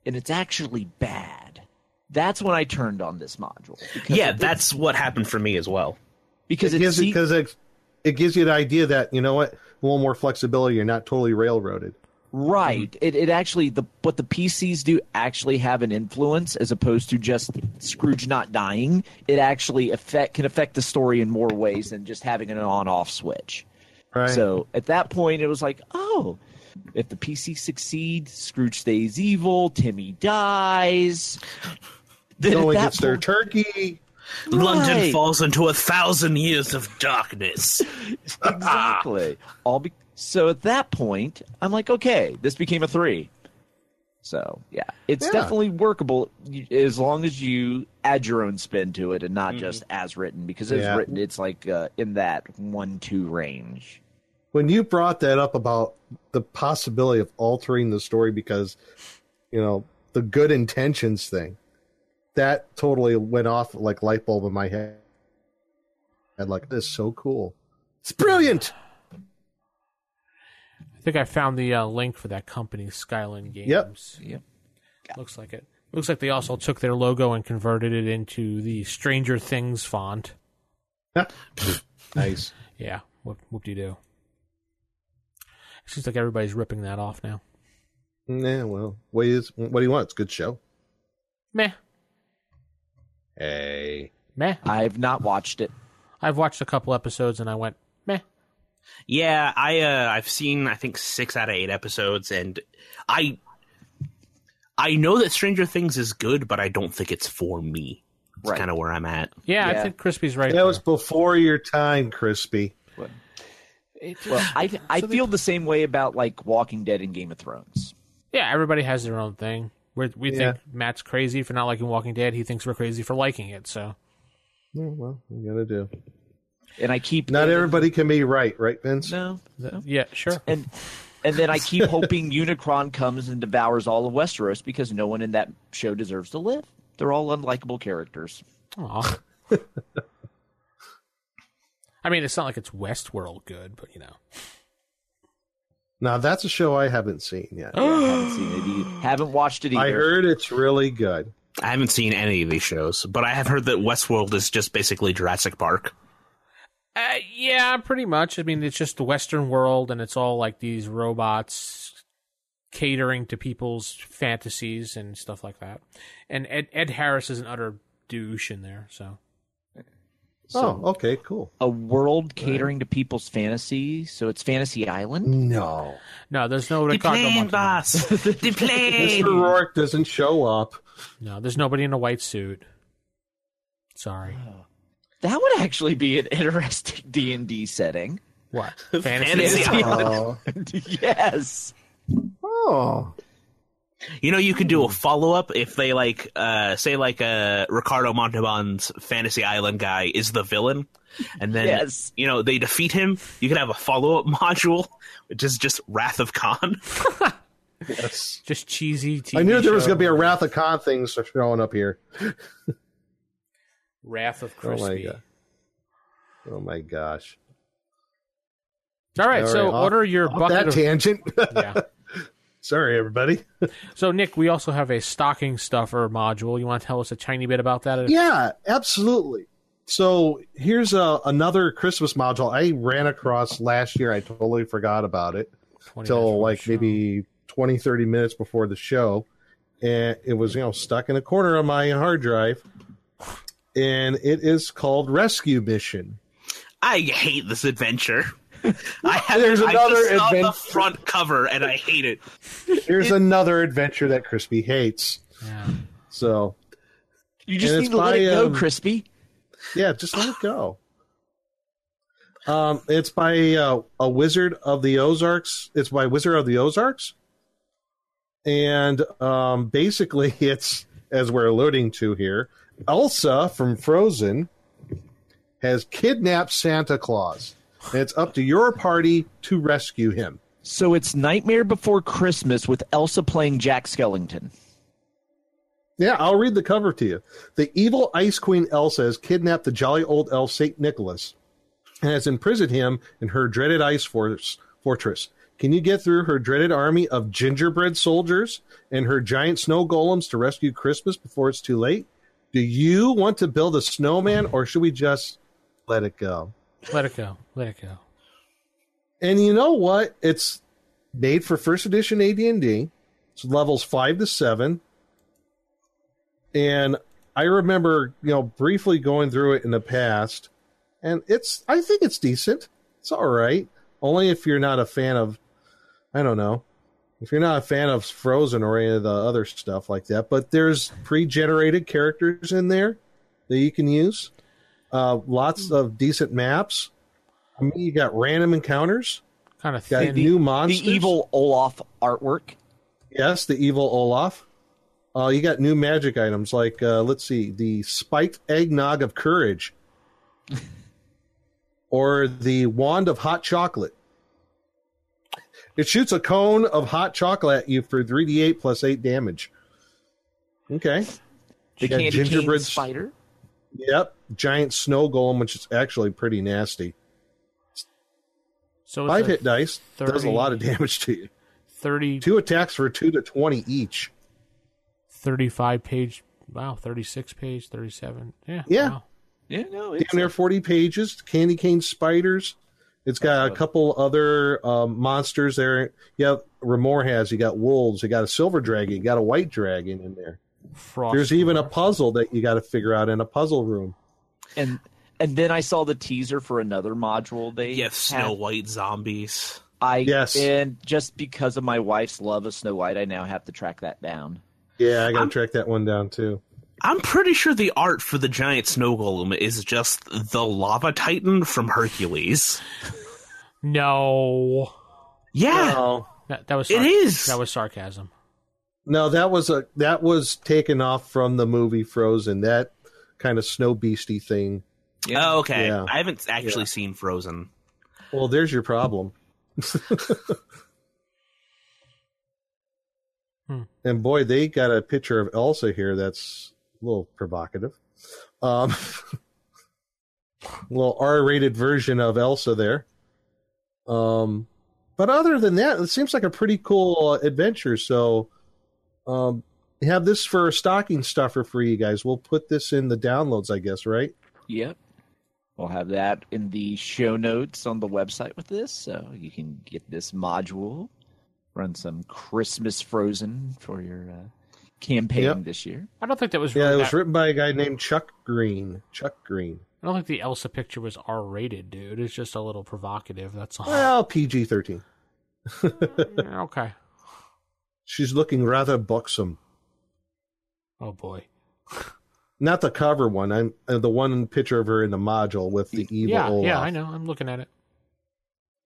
[SPEAKER 5] and it's actually bad, that's when I turned on this module. Because
[SPEAKER 7] Yeah,
[SPEAKER 5] it-
[SPEAKER 7] that's what happened for me as well.
[SPEAKER 5] because
[SPEAKER 6] It
[SPEAKER 5] it's
[SPEAKER 6] gives because it, it gives you the idea that you know what a little more flexibility. You're not totally railroaded.
[SPEAKER 5] right.
[SPEAKER 6] Mm-hmm.
[SPEAKER 5] It it actually the what the PCs do actually have an influence as opposed to just Scrooge not dying. It actually affect can affect the story in more ways than just having an on off switch.
[SPEAKER 6] Right.
[SPEAKER 5] So at that point, it was like, oh, if the PC succeeds, Scrooge stays evil, Timmy dies. Then
[SPEAKER 6] no
[SPEAKER 5] at
[SPEAKER 6] one
[SPEAKER 5] that
[SPEAKER 6] gets their
[SPEAKER 5] point-
[SPEAKER 6] turkey.
[SPEAKER 7] London
[SPEAKER 5] Right.
[SPEAKER 7] falls into a thousand years of darkness.
[SPEAKER 5] exactly. All be- so at that point, I'm like, okay, this became a three. So yeah, it's
[SPEAKER 6] Yeah.
[SPEAKER 5] definitely workable you- as long as you add your own spin to it and not just as written because as
[SPEAKER 6] Yeah.
[SPEAKER 5] written, it's like uh, in that one two range.
[SPEAKER 6] when you brought that up about the possibility of altering the story because you know the good intentions thing that totally went off like light bulb in my head and like this is so cool it's brilliant
[SPEAKER 4] I think I found the uh, link for that company, Skyline Games.
[SPEAKER 5] Yep.
[SPEAKER 4] Looks like it. Looks like they also took their logo and converted it into the Stranger Things font.
[SPEAKER 6] nice
[SPEAKER 4] Yeah, whoop whoop de doo. Seems like everybody's ripping that off now.
[SPEAKER 6] yeah well what, is, what do you want it's a good show
[SPEAKER 4] Meh,
[SPEAKER 6] hey
[SPEAKER 4] meh.
[SPEAKER 5] I've not watched it.
[SPEAKER 4] I've watched a couple episodes and I went meh.
[SPEAKER 7] Yeah, I uh, I've seen I think six out of eight episodes, and I I know that Stranger Things is good, but I don't think it's for me. It's
[SPEAKER 5] Right.
[SPEAKER 7] kind of where I'm at.
[SPEAKER 4] Yeah, I
[SPEAKER 5] Yeah.
[SPEAKER 4] think Crispy's right.
[SPEAKER 6] that was
[SPEAKER 4] there.
[SPEAKER 6] before your time crispy
[SPEAKER 5] Well, I I feel the same way about like Walking Dead and Game of Thrones.
[SPEAKER 4] yeah. Everybody has their own thing. We're, we
[SPEAKER 6] Yeah.
[SPEAKER 4] think Matt's crazy for not liking Walking Dead. He thinks we're crazy for liking it. So
[SPEAKER 6] Yeah, well, you gotta do.
[SPEAKER 5] and I keep
[SPEAKER 6] Not everybody can be right, right, Vince?
[SPEAKER 7] No.
[SPEAKER 4] yeah, sure.
[SPEAKER 5] and and then I keep hoping Unicron comes and devours all of Westeros because no one in that show deserves to live. They're all unlikable characters.
[SPEAKER 4] Aw. I mean, it's not like it's Westworld good, but you know.
[SPEAKER 6] Now that's a show I haven't seen yet.
[SPEAKER 5] I haven't seen it. You haven't watched it either.
[SPEAKER 6] I heard it's really good.
[SPEAKER 7] I haven't seen any of these shows, but I have heard that Westworld is just basically Jurassic Park.
[SPEAKER 4] Uh, yeah, pretty much. I mean, it's just the Western world, and it's all like these robots catering to people's fantasies and stuff like that. And Ed, Ed Harris is an utter douche in there. So
[SPEAKER 6] oh, okay, cool.
[SPEAKER 5] a world catering to people's fantasy, so it's Fantasy Island.
[SPEAKER 6] No.
[SPEAKER 4] no, there's no
[SPEAKER 7] The
[SPEAKER 4] Ricardo
[SPEAKER 7] plane,
[SPEAKER 4] Montalban.
[SPEAKER 7] boss. The plane.
[SPEAKER 6] Mr. Rourke doesn't show up.
[SPEAKER 4] No, there's nobody in a white suit. Sorry.
[SPEAKER 5] That would actually be an interesting D and D setting.
[SPEAKER 4] What?
[SPEAKER 7] Fantasy
[SPEAKER 4] Fantasy?
[SPEAKER 7] Island.
[SPEAKER 6] Oh.
[SPEAKER 5] yes,
[SPEAKER 6] oh.
[SPEAKER 7] You know, you could do a follow up if they like, uh, say, like uh, Ricardo Montalban's Fantasy Island guy is the villain, and then
[SPEAKER 5] Yes.
[SPEAKER 7] you know they defeat him. You could have a follow up module, which is just Wrath of Khan.
[SPEAKER 6] Yes.
[SPEAKER 4] Just cheesy TV
[SPEAKER 6] I knew there was
[SPEAKER 4] show.
[SPEAKER 6] going to be a Wrath of Khan thing showing up here.
[SPEAKER 4] Wrath of
[SPEAKER 6] Oh my
[SPEAKER 4] Crispy.
[SPEAKER 6] god. Oh my gosh.
[SPEAKER 4] all right,
[SPEAKER 6] All
[SPEAKER 4] so
[SPEAKER 6] right, off-
[SPEAKER 4] order your
[SPEAKER 6] off
[SPEAKER 4] bucket
[SPEAKER 6] that
[SPEAKER 4] of
[SPEAKER 6] tangent.
[SPEAKER 4] yeah.
[SPEAKER 6] Sorry, everybody.
[SPEAKER 4] So Nick, we also have a stocking stuffer module. You want to tell us a tiny bit about that?
[SPEAKER 6] Yeah, absolutely. So here's a, another Christmas module I ran across last year. I totally forgot about it till like maybe 20, 30 minutes before the show. And it was, you know, stuck in a corner of my hard drive. And it is called Rescue Mission.
[SPEAKER 7] I hate this adventure. I have,
[SPEAKER 6] There's
[SPEAKER 7] I
[SPEAKER 6] another
[SPEAKER 7] just saw the
[SPEAKER 6] adventure.
[SPEAKER 7] front cover, and I hate it.
[SPEAKER 6] Here's another adventure that Crispy hates.
[SPEAKER 4] Yeah.
[SPEAKER 6] So
[SPEAKER 5] you just
[SPEAKER 6] And
[SPEAKER 5] need
[SPEAKER 6] it's
[SPEAKER 5] to let
[SPEAKER 6] by,
[SPEAKER 5] it go,
[SPEAKER 6] um,
[SPEAKER 5] Crispy.
[SPEAKER 6] Yeah, just let it go. Um, it's by uh, a Wizard of the Ozarks. It's by Wizard of the Ozarks, and um, basically, it's as we're alluding to here. Elsa from Frozen has kidnapped Santa Claus, and it's up to your party to rescue him.
[SPEAKER 5] So it's Nightmare Before Christmas with Elsa playing Jack Skellington.
[SPEAKER 6] Yeah, I'll read the cover to you. The evil Ice Queen Elsa has kidnapped the jolly old elf Saint Nicholas and has imprisoned him in her dreaded ice force, fortress. Can you get through her dreaded army of gingerbread soldiers and her giant snow golems to rescue Christmas before it's too late? Do you want to build a snowman or should we just let it go?
[SPEAKER 4] Let it go. Let it go.
[SPEAKER 6] And you know what? It's made for first edition AD&D. It's levels 5 to 7. And I remember, you know, briefly going through it in the past, and it's I think it's decent. It's all right. Only if you're not a fan of I don't know. If you're not a fan of Frozen or any of the other stuff like that, but there's pre-generated characters in there that you can use. Uh, lots of decent maps. I mean, you got random encounters.
[SPEAKER 4] Kind of
[SPEAKER 6] Got
[SPEAKER 4] thin.
[SPEAKER 6] new monsters.
[SPEAKER 5] The evil Olaf artwork.
[SPEAKER 6] Yes, the evil Olaf. Uh, you got new magic items like, uh, let's see, the spiked eggnog of courage, or the wand of hot chocolate. It shoots a cone of hot chocolate at you for 3d8 plus 8 damage. Okay.
[SPEAKER 5] The
[SPEAKER 6] got
[SPEAKER 5] candy
[SPEAKER 6] gingerbread
[SPEAKER 5] gingerbread
[SPEAKER 6] s-
[SPEAKER 5] spider.
[SPEAKER 6] Yep. Giant snow golem, which is actually pretty nasty.
[SPEAKER 4] so it's
[SPEAKER 6] Five
[SPEAKER 4] a
[SPEAKER 6] hit dice does
[SPEAKER 4] 30
[SPEAKER 6] a lot of damage to you.
[SPEAKER 4] 30,
[SPEAKER 6] Two attacks for 2 to 20 each.
[SPEAKER 4] 35 page. Wow, 36 page, 37. Yeah.
[SPEAKER 6] Yeah.
[SPEAKER 4] wow.
[SPEAKER 5] Yeah, no,
[SPEAKER 6] damn near 40 pages candy cane spiders it's got a couple other um, monsters there yeah remore has you got wolves you got a silver dragon you got a white dragon in there
[SPEAKER 4] Frost
[SPEAKER 6] there's even a
[SPEAKER 4] War.
[SPEAKER 6] puzzle that you got to figure out in a puzzle room
[SPEAKER 5] and and then I saw the teaser for another module. They
[SPEAKER 7] You have Snow
[SPEAKER 5] had.
[SPEAKER 7] White zombies.
[SPEAKER 5] I
[SPEAKER 6] Yes.
[SPEAKER 5] and just because of my wife's love of Snow White, I now have to track that down.
[SPEAKER 6] yeah i gotta track that one down too
[SPEAKER 7] I'm pretty sure the art for the giant snow golem is just the lava titan from Hercules.
[SPEAKER 4] No.
[SPEAKER 7] Yeah,
[SPEAKER 6] oh
[SPEAKER 4] That, that was
[SPEAKER 7] It
[SPEAKER 4] sarc-
[SPEAKER 7] is!
[SPEAKER 4] That was sarcasm.
[SPEAKER 6] No, that was a that was taken off from the movie Frozen. That kind of snow beastie thing.
[SPEAKER 7] Oh, okay.
[SPEAKER 6] Yeah.
[SPEAKER 7] I haven't actually seen Frozen.
[SPEAKER 6] Well, there's your problem. And boy, they got a picture of Elsa here that's a little provocative. Um, little R-rated version of Elsa there. Um, but other than that, it seems like a pretty cool uh, adventure. So, um, have this for a stocking stuffer for you guys. We'll put this in the downloads, I guess, right?
[SPEAKER 5] Yep. We'll have that in the show notes on the website with this, so you can get this module, run some Christmas Frozen for your uh, campaign
[SPEAKER 6] Yep.
[SPEAKER 5] this year.
[SPEAKER 4] I don't think that was really.
[SPEAKER 6] Yeah, it was
[SPEAKER 4] that-
[SPEAKER 6] written by a guy named Chuck Green. Chuck Green.
[SPEAKER 4] I don't think the Elsa picture was R rated, dude. It's just a little provocative. That's all.
[SPEAKER 6] Well, PG 13.
[SPEAKER 4] Yeah, okay.
[SPEAKER 6] She's looking rather buxom.
[SPEAKER 4] Oh boy.
[SPEAKER 6] Not the cover one. I'm uh, the one picture of her in the module with the evil.
[SPEAKER 4] yeah, yeah.
[SPEAKER 6] Olaf.
[SPEAKER 4] I know. I'm looking at it.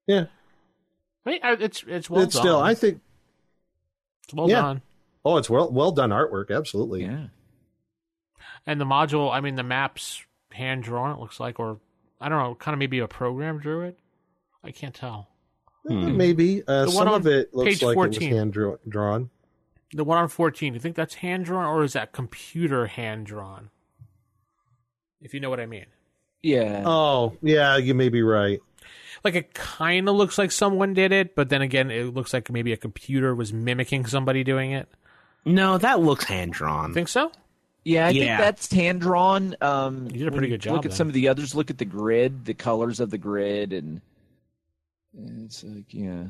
[SPEAKER 6] Yeah,
[SPEAKER 4] I mean, I- it's it's well
[SPEAKER 6] it's
[SPEAKER 4] done.
[SPEAKER 6] still. I think.
[SPEAKER 4] it's well
[SPEAKER 6] yeah.
[SPEAKER 4] done.
[SPEAKER 6] Oh, it's well well done artwork. Absolutely.
[SPEAKER 5] Yeah.
[SPEAKER 4] And the module, I mean, the map's hand drawn. It looks like, or I don't know, kind of maybe a program drew it. I can't tell.
[SPEAKER 6] Eh, Maybe uh,
[SPEAKER 4] Hmm. The one
[SPEAKER 6] some
[SPEAKER 4] on
[SPEAKER 6] of it looks
[SPEAKER 4] page
[SPEAKER 6] like it
[SPEAKER 4] 14.
[SPEAKER 6] was hand draw- drawn.
[SPEAKER 4] The one on fourteen. You think that's hand drawn, or is that computer hand drawn? If you know what I mean.
[SPEAKER 5] Yeah.
[SPEAKER 6] Oh, yeah, you may be right.
[SPEAKER 4] Like it kind of looks like someone did it, but then again, it looks like maybe a computer was mimicking somebody doing it.
[SPEAKER 7] No, that looks hand drawn.
[SPEAKER 4] Think so?
[SPEAKER 5] yeah, I
[SPEAKER 7] yeah.
[SPEAKER 5] think that's hand drawn. Um,
[SPEAKER 4] You did a
[SPEAKER 5] when
[SPEAKER 4] pretty good job
[SPEAKER 5] Look at
[SPEAKER 4] then.
[SPEAKER 5] some of the others. Look at the grid, the colors of the grid, and and it's like yeah.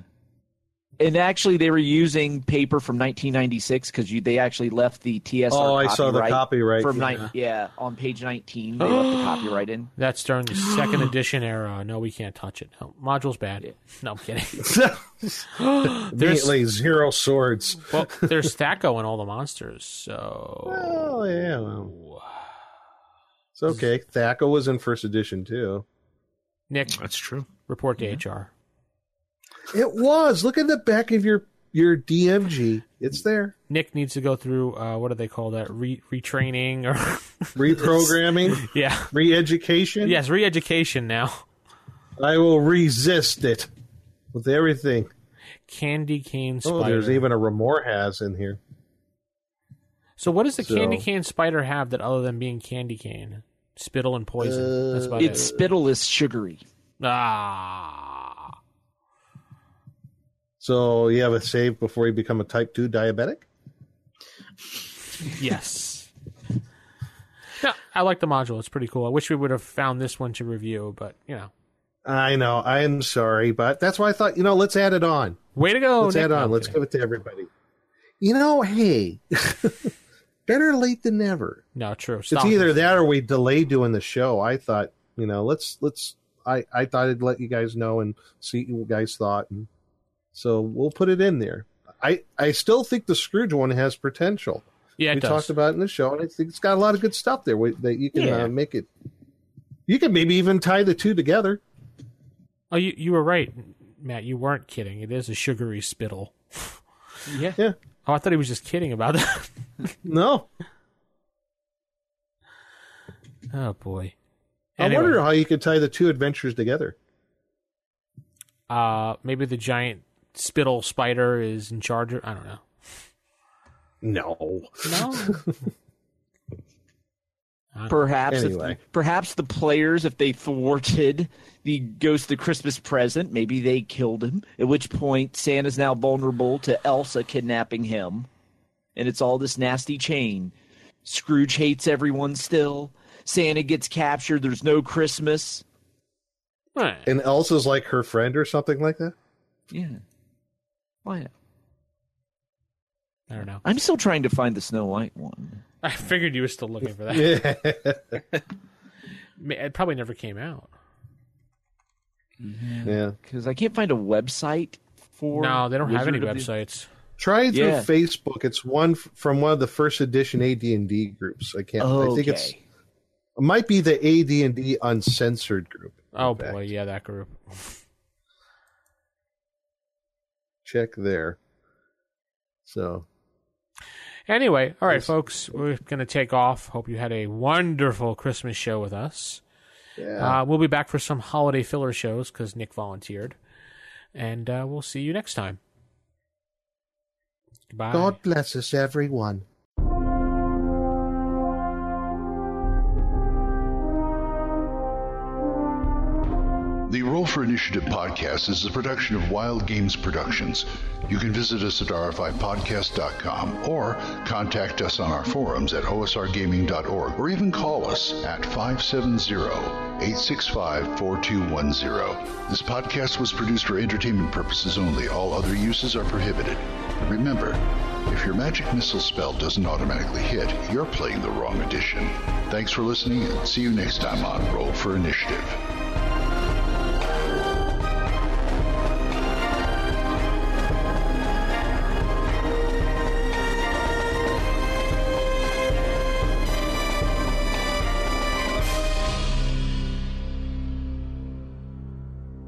[SPEAKER 5] And actually, they were using paper from 1996 because they actually left the TSR.
[SPEAKER 6] Oh, I saw the copyright,
[SPEAKER 5] from
[SPEAKER 6] yeah.
[SPEAKER 5] nine. Yeah, on page 19, they left the copyright in.
[SPEAKER 4] That's during the second edition era. No, we can't touch it. No, module's bad. No, I'm kidding. there's
[SPEAKER 6] Immediately zero swords.
[SPEAKER 4] well, there's Thaco and all the monsters. So
[SPEAKER 6] Oh yeah. Well. It's okay. Thaco was in first edition too.
[SPEAKER 4] Nick,
[SPEAKER 7] That's true.
[SPEAKER 4] report to HR.
[SPEAKER 6] It was. Look at the back of your your DMG. It's there.
[SPEAKER 4] Nick needs to go through uh, what do they call that? Re- retraining or
[SPEAKER 6] Reprogramming,
[SPEAKER 4] yeah,
[SPEAKER 6] re-education.
[SPEAKER 4] yes, re-education now.
[SPEAKER 6] I will resist it with everything.
[SPEAKER 4] Candy cane
[SPEAKER 6] Oh,
[SPEAKER 4] spider.
[SPEAKER 6] there's even a remore has in here.
[SPEAKER 4] so what does the
[SPEAKER 6] so-
[SPEAKER 4] candy cane spider have that other than being candy cane? Spittle and poison.
[SPEAKER 6] Uh,
[SPEAKER 4] That's about
[SPEAKER 5] Its
[SPEAKER 4] it.
[SPEAKER 5] spittle is sugary.
[SPEAKER 4] Ah,
[SPEAKER 6] So you have a save before you become a type two diabetic.
[SPEAKER 4] yes. No, I like the module. It's pretty cool. I wish we would have found this one to review, but you know,
[SPEAKER 6] I know. I'm sorry, but that's why I thought you know let's add it on.
[SPEAKER 4] way to go.
[SPEAKER 6] let's
[SPEAKER 4] Oh, Nick.
[SPEAKER 6] add
[SPEAKER 4] No,
[SPEAKER 6] on.
[SPEAKER 4] I'm
[SPEAKER 6] let's
[SPEAKER 4] kidding.
[SPEAKER 6] give it to everybody. You know, hey, better late than never.
[SPEAKER 4] No, true.
[SPEAKER 6] It's
[SPEAKER 4] Stop.
[SPEAKER 6] either that or we delay doing the show. I thought you know let's let's. I I thought I'd let you guys know and see what you guys thought, and so we'll put it in there. I I still think the Scrooge one has potential.
[SPEAKER 4] yeah, it
[SPEAKER 6] we
[SPEAKER 4] does.
[SPEAKER 6] talked about it in the show, and I think it's got a lot of good stuff there wi- that you can
[SPEAKER 7] Yeah.
[SPEAKER 6] uh, make it. You can maybe even tie the two together.
[SPEAKER 4] Oh, you you were right, Matt. You weren't kidding. It is a sugary spittle. yeah.
[SPEAKER 6] Yeah.
[SPEAKER 4] Oh, I thought he was just kidding about that.
[SPEAKER 6] No,
[SPEAKER 4] oh boy.
[SPEAKER 6] I
[SPEAKER 4] Anyway,
[SPEAKER 6] wonder how you could tie the two adventures together.
[SPEAKER 4] Uh, maybe the giant spittle spider is in charge. Of, I don't know.
[SPEAKER 6] No,
[SPEAKER 4] No.
[SPEAKER 5] Perhaps,
[SPEAKER 6] Anyway.
[SPEAKER 5] if, perhaps the players, if they thwarted the ghost of the Christmas present, maybe they killed him. At which point, Santa's now vulnerable to Elsa kidnapping him, and it's all this nasty chain. Scrooge hates everyone still. Santa gets captured. There's no Christmas.
[SPEAKER 4] Right.
[SPEAKER 5] Eh.
[SPEAKER 6] and Elsa's like her friend or something like that.
[SPEAKER 5] Yeah. Why? not?
[SPEAKER 4] I don't know.
[SPEAKER 5] I'm still trying to find the Snow White one.
[SPEAKER 4] I figured you were still looking for that.
[SPEAKER 6] Yeah.
[SPEAKER 4] Ma- It probably never came out.
[SPEAKER 6] yeah.
[SPEAKER 5] Because I can't find a website for.
[SPEAKER 4] No, they don't have
[SPEAKER 5] Wizard
[SPEAKER 4] any
[SPEAKER 5] of the-
[SPEAKER 4] websites.
[SPEAKER 6] Try it through
[SPEAKER 5] Yeah.
[SPEAKER 6] Facebook. It's one f- from one of the first edition AD and D groups. I can't.
[SPEAKER 5] Oh, Okay.
[SPEAKER 6] I think it's it might be the AD and D uncensored group.
[SPEAKER 4] Oh
[SPEAKER 6] In fact,
[SPEAKER 4] boy, yeah, that group.
[SPEAKER 6] check there. So
[SPEAKER 4] Anyway, all right, folks, we're going to take off. Hope you had a wonderful Christmas show with us. Uh, we'll be back for some holiday filler shows because Nick volunteered. And uh, we'll see you next time. Goodbye.
[SPEAKER 6] God bless us, everyone.
[SPEAKER 2] The Roll for Initiative podcast is a production of Wild Games Productions. You can visit us at rfipodcast.com or contact us on our forums at osrgaming.org or even call us at 570-865-4210. This podcast was produced for entertainment purposes only. All other uses are prohibited. Remember, if your magic missile spell doesn't automatically hit, you're playing the wrong edition. Thanks for listening and see you next time on Roll for Initiative.